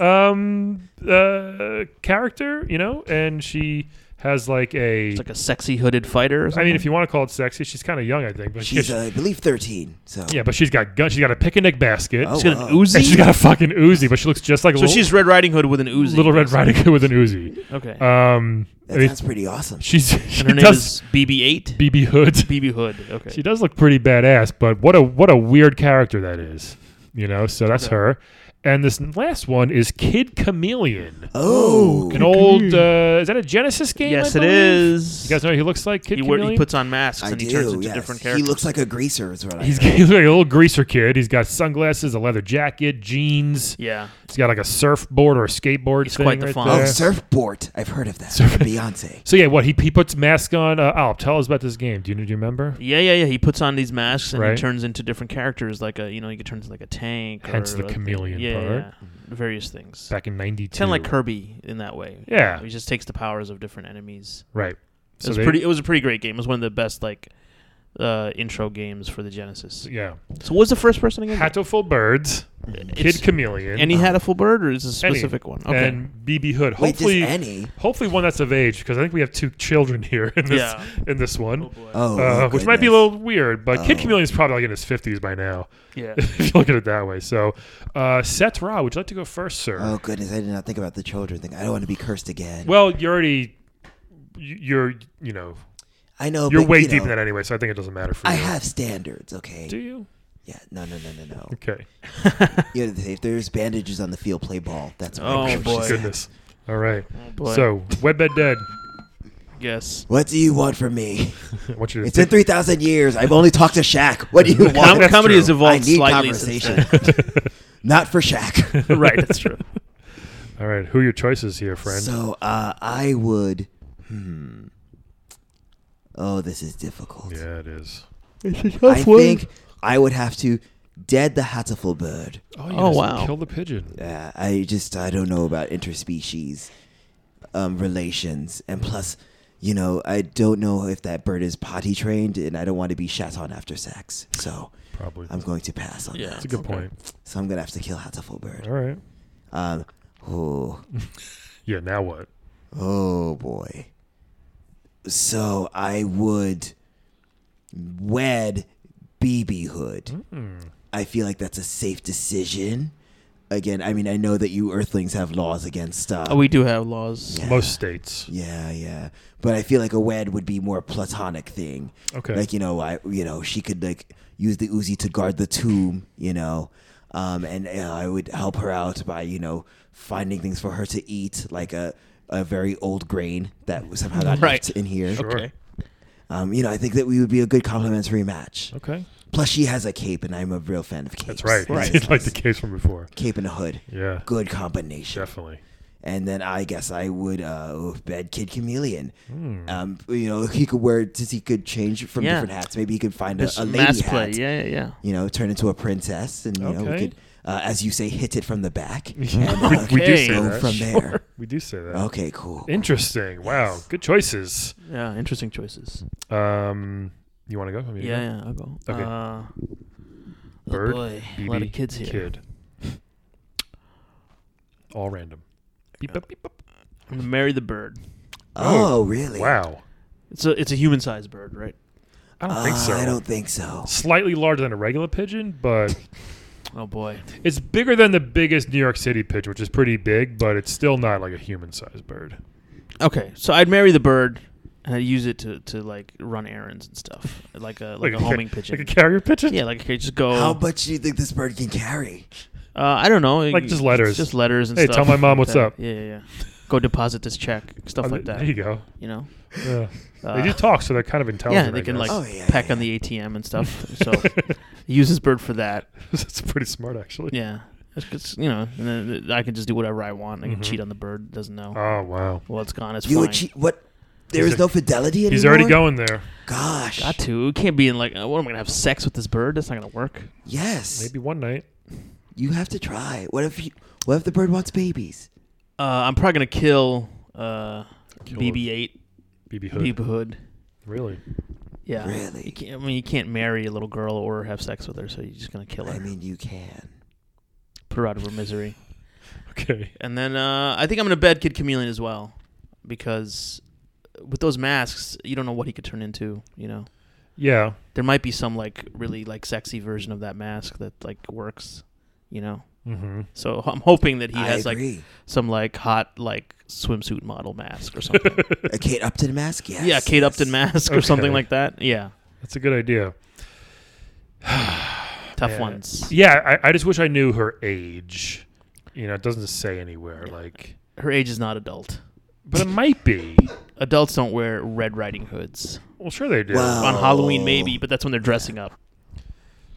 Speaker 1: um, uh, character, you know, and she has like a. I
Speaker 4: It's like a sexy hooded fighter. Or something.
Speaker 1: mean, if you want to call it sexy, she's kind of young, I think, but
Speaker 3: She's,
Speaker 1: she-
Speaker 3: uh, I believe, thirteen. So
Speaker 1: yeah, but she's got guns. She's got a picnic basket.
Speaker 3: Oh,
Speaker 4: She's got
Speaker 3: wow.
Speaker 4: an Uzi.
Speaker 1: And she's got a fucking Uzi, but she looks just like a
Speaker 4: so
Speaker 1: little,
Speaker 4: she's Red Riding Hood with an Uzi.
Speaker 1: little Red Riding Hood with an Uzi.
Speaker 4: Okay.
Speaker 1: Um, I
Speaker 3: that
Speaker 1: mean,
Speaker 3: sounds pretty awesome.
Speaker 1: she's she
Speaker 4: and her name
Speaker 1: does
Speaker 4: is BB8.
Speaker 1: BB Hood.
Speaker 4: BB Hood. Okay.
Speaker 1: She does look pretty badass, but what a what a weird character that is. You know, so that's her. And this last one is Kid Chameleon.
Speaker 3: Oh,
Speaker 1: An old uh, is that a Genesis game?
Speaker 4: yes,
Speaker 1: I
Speaker 4: it
Speaker 1: believe?
Speaker 4: is.
Speaker 1: You guys know what he looks like Kid
Speaker 4: he, wear,
Speaker 1: Chameleon.
Speaker 4: he puts on masks
Speaker 3: I
Speaker 4: and
Speaker 3: do.
Speaker 4: he turns into
Speaker 3: yes.
Speaker 4: different
Speaker 3: He
Speaker 4: characters.
Speaker 3: looks like a greaser. Is what I
Speaker 1: He's,
Speaker 3: heard.
Speaker 1: he's like a little greaser kid. He's got sunglasses, a leather jacket, jeans.
Speaker 4: yeah.
Speaker 1: He's got like a surfboard or a skateboard.
Speaker 4: He's
Speaker 1: thing
Speaker 4: quite the
Speaker 1: right
Speaker 4: fun.
Speaker 3: Oh,
Speaker 1: there.
Speaker 3: surfboard. I've heard of that. From Beyonce.
Speaker 1: So yeah, what he he puts mask on. Uh, Al, tell us about this game. Do you, do you remember?
Speaker 4: Yeah, yeah, yeah. He puts on these masks and
Speaker 1: Right.
Speaker 4: he turns into different characters, like a you know, he turns into like a tank.
Speaker 1: Hence
Speaker 4: or
Speaker 1: the
Speaker 4: like-
Speaker 1: chameleon
Speaker 4: yeah,
Speaker 1: part.
Speaker 4: Yeah, various things.
Speaker 1: Back in '92.
Speaker 4: Kind of like Kirby in that way.
Speaker 1: Yeah.
Speaker 4: he just takes the powers of different enemies.
Speaker 1: Right.
Speaker 4: It was
Speaker 1: they-
Speaker 4: pretty. It was a pretty great game. It was one of the best like uh, intro games for the Genesis.
Speaker 1: Yeah.
Speaker 4: So, what was the first person again?
Speaker 1: Hatoful birds.
Speaker 4: It's-
Speaker 1: Kid Chameleon.
Speaker 4: Any had a full bird, or is this a
Speaker 1: Any.
Speaker 4: specific one? Okay.
Speaker 1: and BB Hood.
Speaker 3: Wait, just
Speaker 1: Hopefully,
Speaker 3: any?
Speaker 1: hopefully one that's of age because I think we have two children here in this
Speaker 4: Yeah.
Speaker 1: in this one,
Speaker 3: Oh,
Speaker 1: uh,
Speaker 3: oh,
Speaker 1: which might be a
Speaker 3: goodness. Oh.
Speaker 1: little weird. But Kid Chameleon's probably like in his fifties by now,
Speaker 4: yeah.
Speaker 1: if you look at it that way. So, uh, Seth Ra, would you like to go first, sir?
Speaker 3: Oh goodness, I did not think about the children thing. I don't want to be cursed again.
Speaker 1: well, you're already you- you're you know
Speaker 3: I know
Speaker 1: you're
Speaker 3: Oh, but,
Speaker 1: way
Speaker 3: you
Speaker 1: deep in
Speaker 3: know,
Speaker 1: that anyway, so I think it doesn't matter for
Speaker 3: I
Speaker 1: you.
Speaker 3: have standards, okay?
Speaker 1: Do you?
Speaker 3: Yeah, no, no, no, no, no.
Speaker 1: Okay.
Speaker 3: You know, if there's bandages on the field, play ball. That's what
Speaker 4: Oh,
Speaker 3: I wish.
Speaker 4: boy.
Speaker 1: Goodness. All right.
Speaker 4: Oh, boy.
Speaker 1: So, Webbed Dead.
Speaker 4: Yes.
Speaker 3: What do you want from me?
Speaker 1: I want you to
Speaker 3: It's been
Speaker 1: think-
Speaker 3: 3,000 years. I've only talked to Shaq. What do you
Speaker 4: Com-
Speaker 3: want?
Speaker 1: That's
Speaker 4: comedy
Speaker 1: true.
Speaker 4: has
Speaker 3: I
Speaker 4: evolved
Speaker 3: need
Speaker 4: slightly. Since
Speaker 3: conversation. Not for Shaq.
Speaker 4: then. right. That's true.
Speaker 1: All right. Who are your choices here, friend?
Speaker 3: So uh, I would. Hmm. Oh, this is difficult.
Speaker 1: yeah, it is.
Speaker 3: I think I would have to dead the hatful bird.
Speaker 1: Oh, you
Speaker 4: Oh,
Speaker 1: just
Speaker 4: wow.
Speaker 1: Kill the pigeon.
Speaker 3: Yeah, I just I don't know about interspecies um, relations, and plus, you know, I don't know if that bird is potty trained, and I don't want to be shat on after sex. So
Speaker 1: Probably.
Speaker 3: I'm going to pass on
Speaker 4: Yeah.
Speaker 3: that.
Speaker 1: That's a good
Speaker 4: Okay.
Speaker 1: point.
Speaker 3: So I'm gonna have to kill hatful bird.
Speaker 1: All right.
Speaker 3: Um, oh,
Speaker 1: Yeah. Now what?
Speaker 3: oh boy. So I would wed BB Hood.
Speaker 4: Mm.
Speaker 3: I feel like that's a safe decision. Again, I mean, I know that you Earthlings have laws against stuff.
Speaker 4: Oh, we do have laws.
Speaker 3: Yeah.
Speaker 1: Most states.
Speaker 3: Yeah, yeah. But I feel like a wed would be more platonic thing.
Speaker 1: Okay.
Speaker 3: Like you know, I you know she could like use the Uzi to guard the tomb. You know, um, and uh, I would help her out by you know finding things for her to eat, like a a very old grain that was somehow got
Speaker 4: Right.
Speaker 3: left in here.
Speaker 1: Sure.
Speaker 4: Okay.
Speaker 3: Um, you know, I think that we would be a good complementary match.
Speaker 1: Okay.
Speaker 3: Plus, she has a cape, and I'm a real fan of capes.
Speaker 1: That's right.
Speaker 4: Right.
Speaker 1: It's like the case from before.
Speaker 3: Cape and a hood.
Speaker 1: Yeah.
Speaker 3: Good combination.
Speaker 1: Definitely.
Speaker 3: and then I guess I would uh, bed Kid Chameleon.
Speaker 1: Hmm.
Speaker 3: Um, you know, he could wear since he could change from
Speaker 4: Yeah.
Speaker 3: different hats. Maybe he could find a,
Speaker 4: This
Speaker 3: a lady
Speaker 4: mass
Speaker 3: hat.
Speaker 4: play. Yeah, yeah, yeah.
Speaker 3: You know, turn into a princess, and you know, we
Speaker 1: Okay.
Speaker 3: could, uh, as you say, hit it from the back.
Speaker 1: we,
Speaker 3: and, uh,
Speaker 1: we do
Speaker 4: Okay.
Speaker 1: say
Speaker 3: go
Speaker 1: that.
Speaker 3: from Oh, there.
Speaker 1: We do say that.
Speaker 3: Okay, cool.
Speaker 1: Interesting. Wow. Good choices.
Speaker 4: Yeah, interesting choices.
Speaker 1: Um, you want to go? You wanna
Speaker 4: Yeah, yeah, I'll go.
Speaker 1: Okay.
Speaker 4: Uh,
Speaker 1: Bird,
Speaker 4: oh Uh, boy,
Speaker 1: BB,
Speaker 4: a lot of kids here.
Speaker 1: Kid. All random. Beep, beep, beep, beep.
Speaker 4: I'm gonna marry the bird.
Speaker 1: Oh,
Speaker 3: Oh, really?
Speaker 1: Wow.
Speaker 4: It's a it's a human sized bird, right?
Speaker 1: I don't
Speaker 3: Uh,
Speaker 1: think so.
Speaker 3: I don't think so.
Speaker 1: Slightly larger than a regular pigeon, but
Speaker 4: Oh boy,
Speaker 1: it's bigger than the biggest New York City pigeon, which is pretty big, but it's still not like a human-sized bird.
Speaker 4: Okay, so I'd marry the bird and I'd use it to, to like run errands and stuff, like a like, a
Speaker 1: ca-
Speaker 4: homing pigeon.
Speaker 1: like a carrier pigeon.
Speaker 4: yeah, like okay, just
Speaker 1: oh.
Speaker 4: go.
Speaker 3: How much do you think this bird can carry?
Speaker 4: uh, I don't know,
Speaker 1: Like just letters.
Speaker 4: just letters and
Speaker 1: Hey,
Speaker 4: stuff.
Speaker 1: tell my mom what's
Speaker 4: Yeah,
Speaker 1: up.
Speaker 4: Yeah, yeah, yeah. Go deposit this check,
Speaker 1: Oh,
Speaker 4: stuff like that.
Speaker 1: There you go.
Speaker 4: You know,
Speaker 1: Yeah.
Speaker 4: Uh,
Speaker 1: they do talk, so they're kind of intelligent.
Speaker 4: yeah, they
Speaker 1: I
Speaker 4: can
Speaker 1: guess.
Speaker 4: like
Speaker 3: Oh, yeah,
Speaker 4: pack
Speaker 3: yeah,
Speaker 4: on the ATM and stuff. so use this bird for that.
Speaker 1: That's pretty smart, actually.
Speaker 4: Yeah, it's, it's, you know, and then I can just do whatever I want. I can
Speaker 1: Mhm.
Speaker 4: cheat on the bird. it Doesn't know.
Speaker 1: Oh wow.
Speaker 4: well, it's gone. It's
Speaker 3: You
Speaker 4: flying.
Speaker 3: would cheat? What? There
Speaker 1: He's
Speaker 3: is
Speaker 1: a-
Speaker 3: no fidelity anymore.
Speaker 1: He's already going there.
Speaker 3: Gosh.
Speaker 4: Got to. It can't be in like. Oh, what am I gonna have sex with this bird? That's not gonna work.
Speaker 3: Yes.
Speaker 1: Maybe one night.
Speaker 3: You have to try. What if you? What if the bird wants babies?
Speaker 4: Uh, I'm probably gonna kill uh,
Speaker 1: Kill
Speaker 4: BB-8,
Speaker 1: BB Hood.
Speaker 4: BB Hood.
Speaker 1: Really?
Speaker 4: Yeah,
Speaker 3: Really?
Speaker 4: You can't, I mean, you can't marry a little girl or have sex with her, so you're just gonna kill her,
Speaker 3: I mean, you can.
Speaker 4: put her out of her misery.
Speaker 1: Okay.
Speaker 4: And then uh, I think I'm gonna bed Kid Chameleon as well, because with those masks, you don't know what he could turn into. You know,
Speaker 1: Yeah.
Speaker 4: there might be some like really like sexy version of that mask that like works. You know,
Speaker 1: Mm-hmm.
Speaker 4: so I'm hoping that he
Speaker 3: I
Speaker 4: has like
Speaker 3: agree.
Speaker 4: some like hot like swimsuit model mask or something.
Speaker 3: a Kate Upton mask. Yes.
Speaker 4: yeah, Kate
Speaker 3: yes.
Speaker 4: Upton mask or something
Speaker 1: Okay.
Speaker 4: like that. Yeah,
Speaker 1: That's a good idea.
Speaker 4: tough
Speaker 1: Yeah.
Speaker 4: ones.
Speaker 1: Yeah, I, I just wish I knew her age. You know, it doesn't say anywhere. Like,
Speaker 4: Her age is not adult.
Speaker 1: but it might be.
Speaker 4: Adults don't wear Red Riding Hoods
Speaker 1: Well, sure they do.
Speaker 3: Wow.
Speaker 4: on Halloween,
Speaker 3: Oh.
Speaker 4: maybe, but that's when they're dressing up.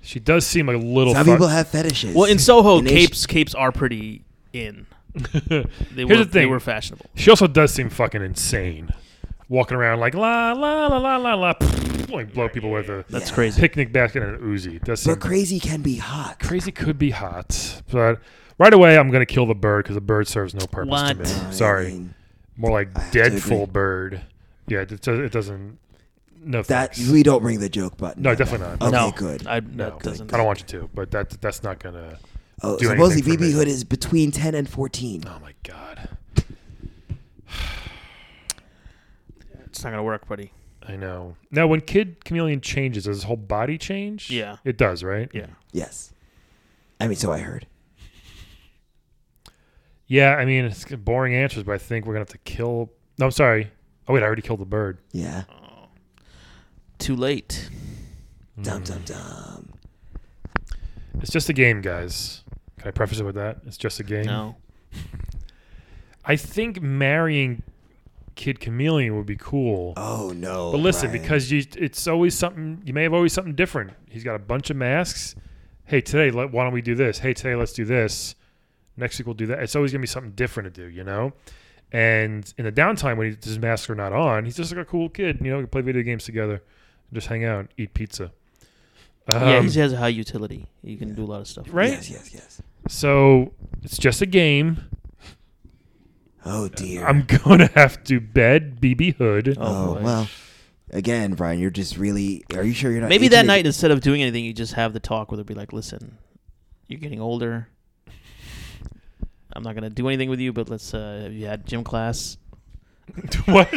Speaker 1: She does seem a little.
Speaker 3: Some
Speaker 1: fu-
Speaker 3: people have fetishes.
Speaker 4: Well, in Soho,
Speaker 3: And they sh-
Speaker 4: capes capes are pretty in. They
Speaker 1: Here's
Speaker 4: were,
Speaker 1: the
Speaker 4: They
Speaker 1: thing.
Speaker 4: were fashionable.
Speaker 1: she also does seem fucking insane, walking around like la la la la la la, like blow people with a
Speaker 4: That's
Speaker 3: Yeah.
Speaker 4: crazy.
Speaker 1: picnic basket and an Uzi. It Does seem
Speaker 3: but crazy can be hot.
Speaker 1: crazy could be hot, but right away I'm gonna kill the bird because the bird serves no purpose
Speaker 4: What?
Speaker 1: to
Speaker 3: I
Speaker 1: me. Sorry,
Speaker 3: mean,
Speaker 1: more like
Speaker 3: I have to
Speaker 1: deadful
Speaker 3: agree.
Speaker 1: bird. Yeah, it, do- it doesn't. No
Speaker 3: that
Speaker 1: thanks.
Speaker 3: we don't ring the joke button.
Speaker 1: no,
Speaker 3: on that.
Speaker 1: definitely not.
Speaker 3: Okay,
Speaker 4: no,
Speaker 3: good.
Speaker 4: I,
Speaker 1: No,
Speaker 4: that doesn't.
Speaker 1: I don't want you to, but that that's not gonna.
Speaker 3: Oh,
Speaker 1: do
Speaker 3: supposedly
Speaker 1: anything for
Speaker 3: BB
Speaker 1: me.
Speaker 3: Hood is between ten and fourteen.
Speaker 1: Oh my god,
Speaker 4: It's not gonna work, buddy.
Speaker 1: I know. Now, when Kid Chameleon changes, does his whole body change?
Speaker 4: Yeah.
Speaker 1: it does, right?
Speaker 4: Yeah.
Speaker 3: Yes. I mean, so I heard.
Speaker 1: Yeah, I mean, it's boring answers, but I think we're gonna have to kill. No, I'm sorry. Oh wait, I already killed the bird.
Speaker 3: Yeah.
Speaker 4: Too late.
Speaker 3: Dum dum
Speaker 4: Mm.
Speaker 3: dum.
Speaker 1: It's just a game, guys. Can I preface it with that? It's just a game.
Speaker 4: No.
Speaker 1: I think marrying Kid Chameleon would be cool.
Speaker 3: Oh no.
Speaker 1: but listen,
Speaker 3: Brian.
Speaker 1: because you, it's always something. You may have always something different. He's got a bunch of masks. Hey, today, let, why don't we do this? Hey, today, let's do this. Next week, we'll do that. It's always gonna be something different to do, you know. And in the downtime when he, his masks are not on, he's just like a cool kid. You know, we can play video games together, just hang out, eat pizza.
Speaker 4: yeah,
Speaker 1: Um,
Speaker 4: he has a high utility. You can do a lot of stuff.
Speaker 1: right?
Speaker 3: Yes, yes, yes.
Speaker 1: So it's just a game.
Speaker 3: Oh dear.
Speaker 1: I'm gonna have to bed BB Hood.
Speaker 4: Oh,
Speaker 3: oh
Speaker 4: boy.
Speaker 3: well. Again, Brian, you're just really. Are you sure you're not?
Speaker 4: Maybe that
Speaker 3: aging?
Speaker 4: night, instead of doing anything, you just have the talk where they'll be like, "Listen, you're getting older. I'm not gonna do anything with you, but let's. Uh, have you had gym class?
Speaker 1: what?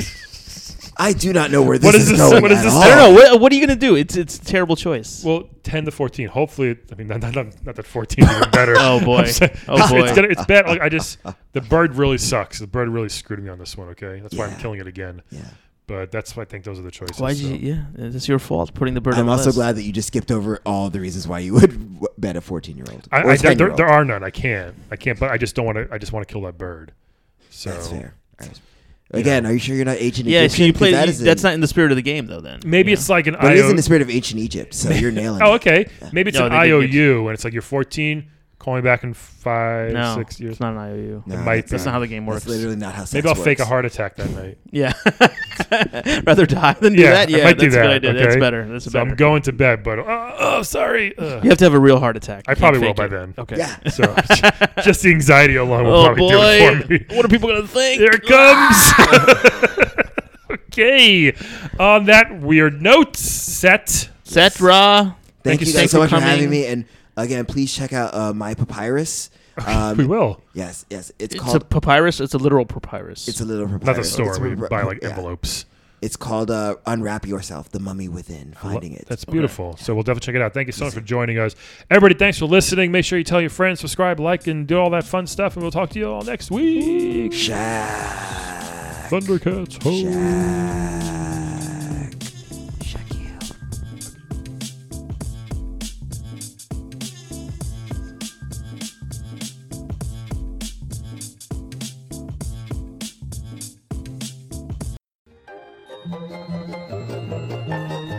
Speaker 3: I do not know where this
Speaker 1: What is
Speaker 3: is
Speaker 1: this-
Speaker 3: going.
Speaker 1: what is
Speaker 3: at
Speaker 1: this-
Speaker 3: all.
Speaker 4: I don't know. What, what are you gonna do? It's it's a terrible choice.
Speaker 1: Well, ten to fourteen. Hopefully, I mean, not, not, not not that fourteen is even better.
Speaker 4: Oh, boy.
Speaker 1: I'm saying-
Speaker 4: Oh,
Speaker 1: it's, It's,
Speaker 4: boy.
Speaker 1: gonna- it's bad. Like I just, the bird really sucks. The bird really screwed me on this one. Okay, that's why I'm
Speaker 3: Yeah.
Speaker 1: killing it again.
Speaker 3: Yeah.
Speaker 1: But that's why I think those are the choices.
Speaker 4: Why would
Speaker 1: so.
Speaker 4: you? Yeah, it's your fault putting the bird. on
Speaker 3: I'm
Speaker 4: the
Speaker 3: also
Speaker 4: list.
Speaker 3: glad that you just skipped over all the reasons why you would w- bet a 14 year old.
Speaker 1: I, I, there, there, there are none. I can't. I can't. But I just don't want to. I just want to kill that bird. So
Speaker 3: That's fair. Alright. Again, are you sure you're not ancient
Speaker 4: Yeah,
Speaker 3: Egyptian?
Speaker 4: so you
Speaker 3: 'Cause
Speaker 4: play.
Speaker 3: that
Speaker 4: you-
Speaker 3: is
Speaker 4: that's
Speaker 3: in-
Speaker 4: not in the spirit of the game, though. Then
Speaker 1: maybe
Speaker 4: you
Speaker 1: it's
Speaker 4: know?
Speaker 1: like an
Speaker 3: But it is
Speaker 1: IO
Speaker 3: in the spirit of ancient Egypt, so you're nailing.
Speaker 1: Oh,
Speaker 3: it.
Speaker 1: okay. Maybe it's
Speaker 4: No,
Speaker 1: an
Speaker 4: they did get-
Speaker 1: IOU, and it's like you're 14. Call me back in five,
Speaker 4: no,
Speaker 1: six years.
Speaker 4: It's not an IOU.
Speaker 3: No,
Speaker 1: it might
Speaker 3: that's
Speaker 4: That's
Speaker 1: be.
Speaker 4: not how the game
Speaker 3: That's
Speaker 4: works.
Speaker 3: literally not how. Sex
Speaker 1: Maybe I'll
Speaker 3: works.
Speaker 1: fake a heart attack that night.
Speaker 4: Yeah, rather die than do
Speaker 1: Yeah,
Speaker 4: that.
Speaker 1: I
Speaker 4: Yeah,
Speaker 1: might
Speaker 4: that's
Speaker 1: do that,
Speaker 4: a good idea. That's
Speaker 1: okay?
Speaker 4: better. That's
Speaker 1: so
Speaker 4: better.
Speaker 1: I'm going to bed, but oh, oh sorry. Ugh.
Speaker 4: you have to have a real heart attack.
Speaker 1: I
Speaker 4: You can't
Speaker 1: probably will
Speaker 4: fake
Speaker 1: by
Speaker 4: it.
Speaker 1: then.
Speaker 4: Okay.
Speaker 3: Yeah.
Speaker 1: So just the anxiety alone will
Speaker 4: Oh
Speaker 1: probably do it for me.
Speaker 4: boy! What are people gonna think?
Speaker 1: Here it comes. okay. On that weird note, set.
Speaker 4: Set raw.
Speaker 3: Thank,
Speaker 1: you
Speaker 3: you
Speaker 1: so
Speaker 3: guys so
Speaker 4: much
Speaker 3: much
Speaker 4: for
Speaker 3: for having
Speaker 4: coming.
Speaker 3: me, and Again, please check out uh, my papyrus. Um,
Speaker 1: we will.
Speaker 3: Yes, yes.
Speaker 4: It's
Speaker 3: It's,
Speaker 4: a
Speaker 3: called.
Speaker 4: papyrus. It's a literal papyrus.
Speaker 3: it's a little papyrus.
Speaker 1: Not the
Speaker 3: It's
Speaker 1: store. We
Speaker 3: a-
Speaker 1: buy like
Speaker 3: yeah.
Speaker 1: envelopes.
Speaker 3: It's called uh, "Unwrap Yourself: The Mummy Within." Finding it.
Speaker 1: That's beautiful. So we'll definitely check it out. Thank you so much for joining us. Everybody, thanks for listening. Make sure you tell your friends, subscribe, like, and do all that fun stuff. And we'll talk to you all next week.
Speaker 3: Shaq.
Speaker 1: Thundercats. Ho.
Speaker 3: Shaq. Shaquille.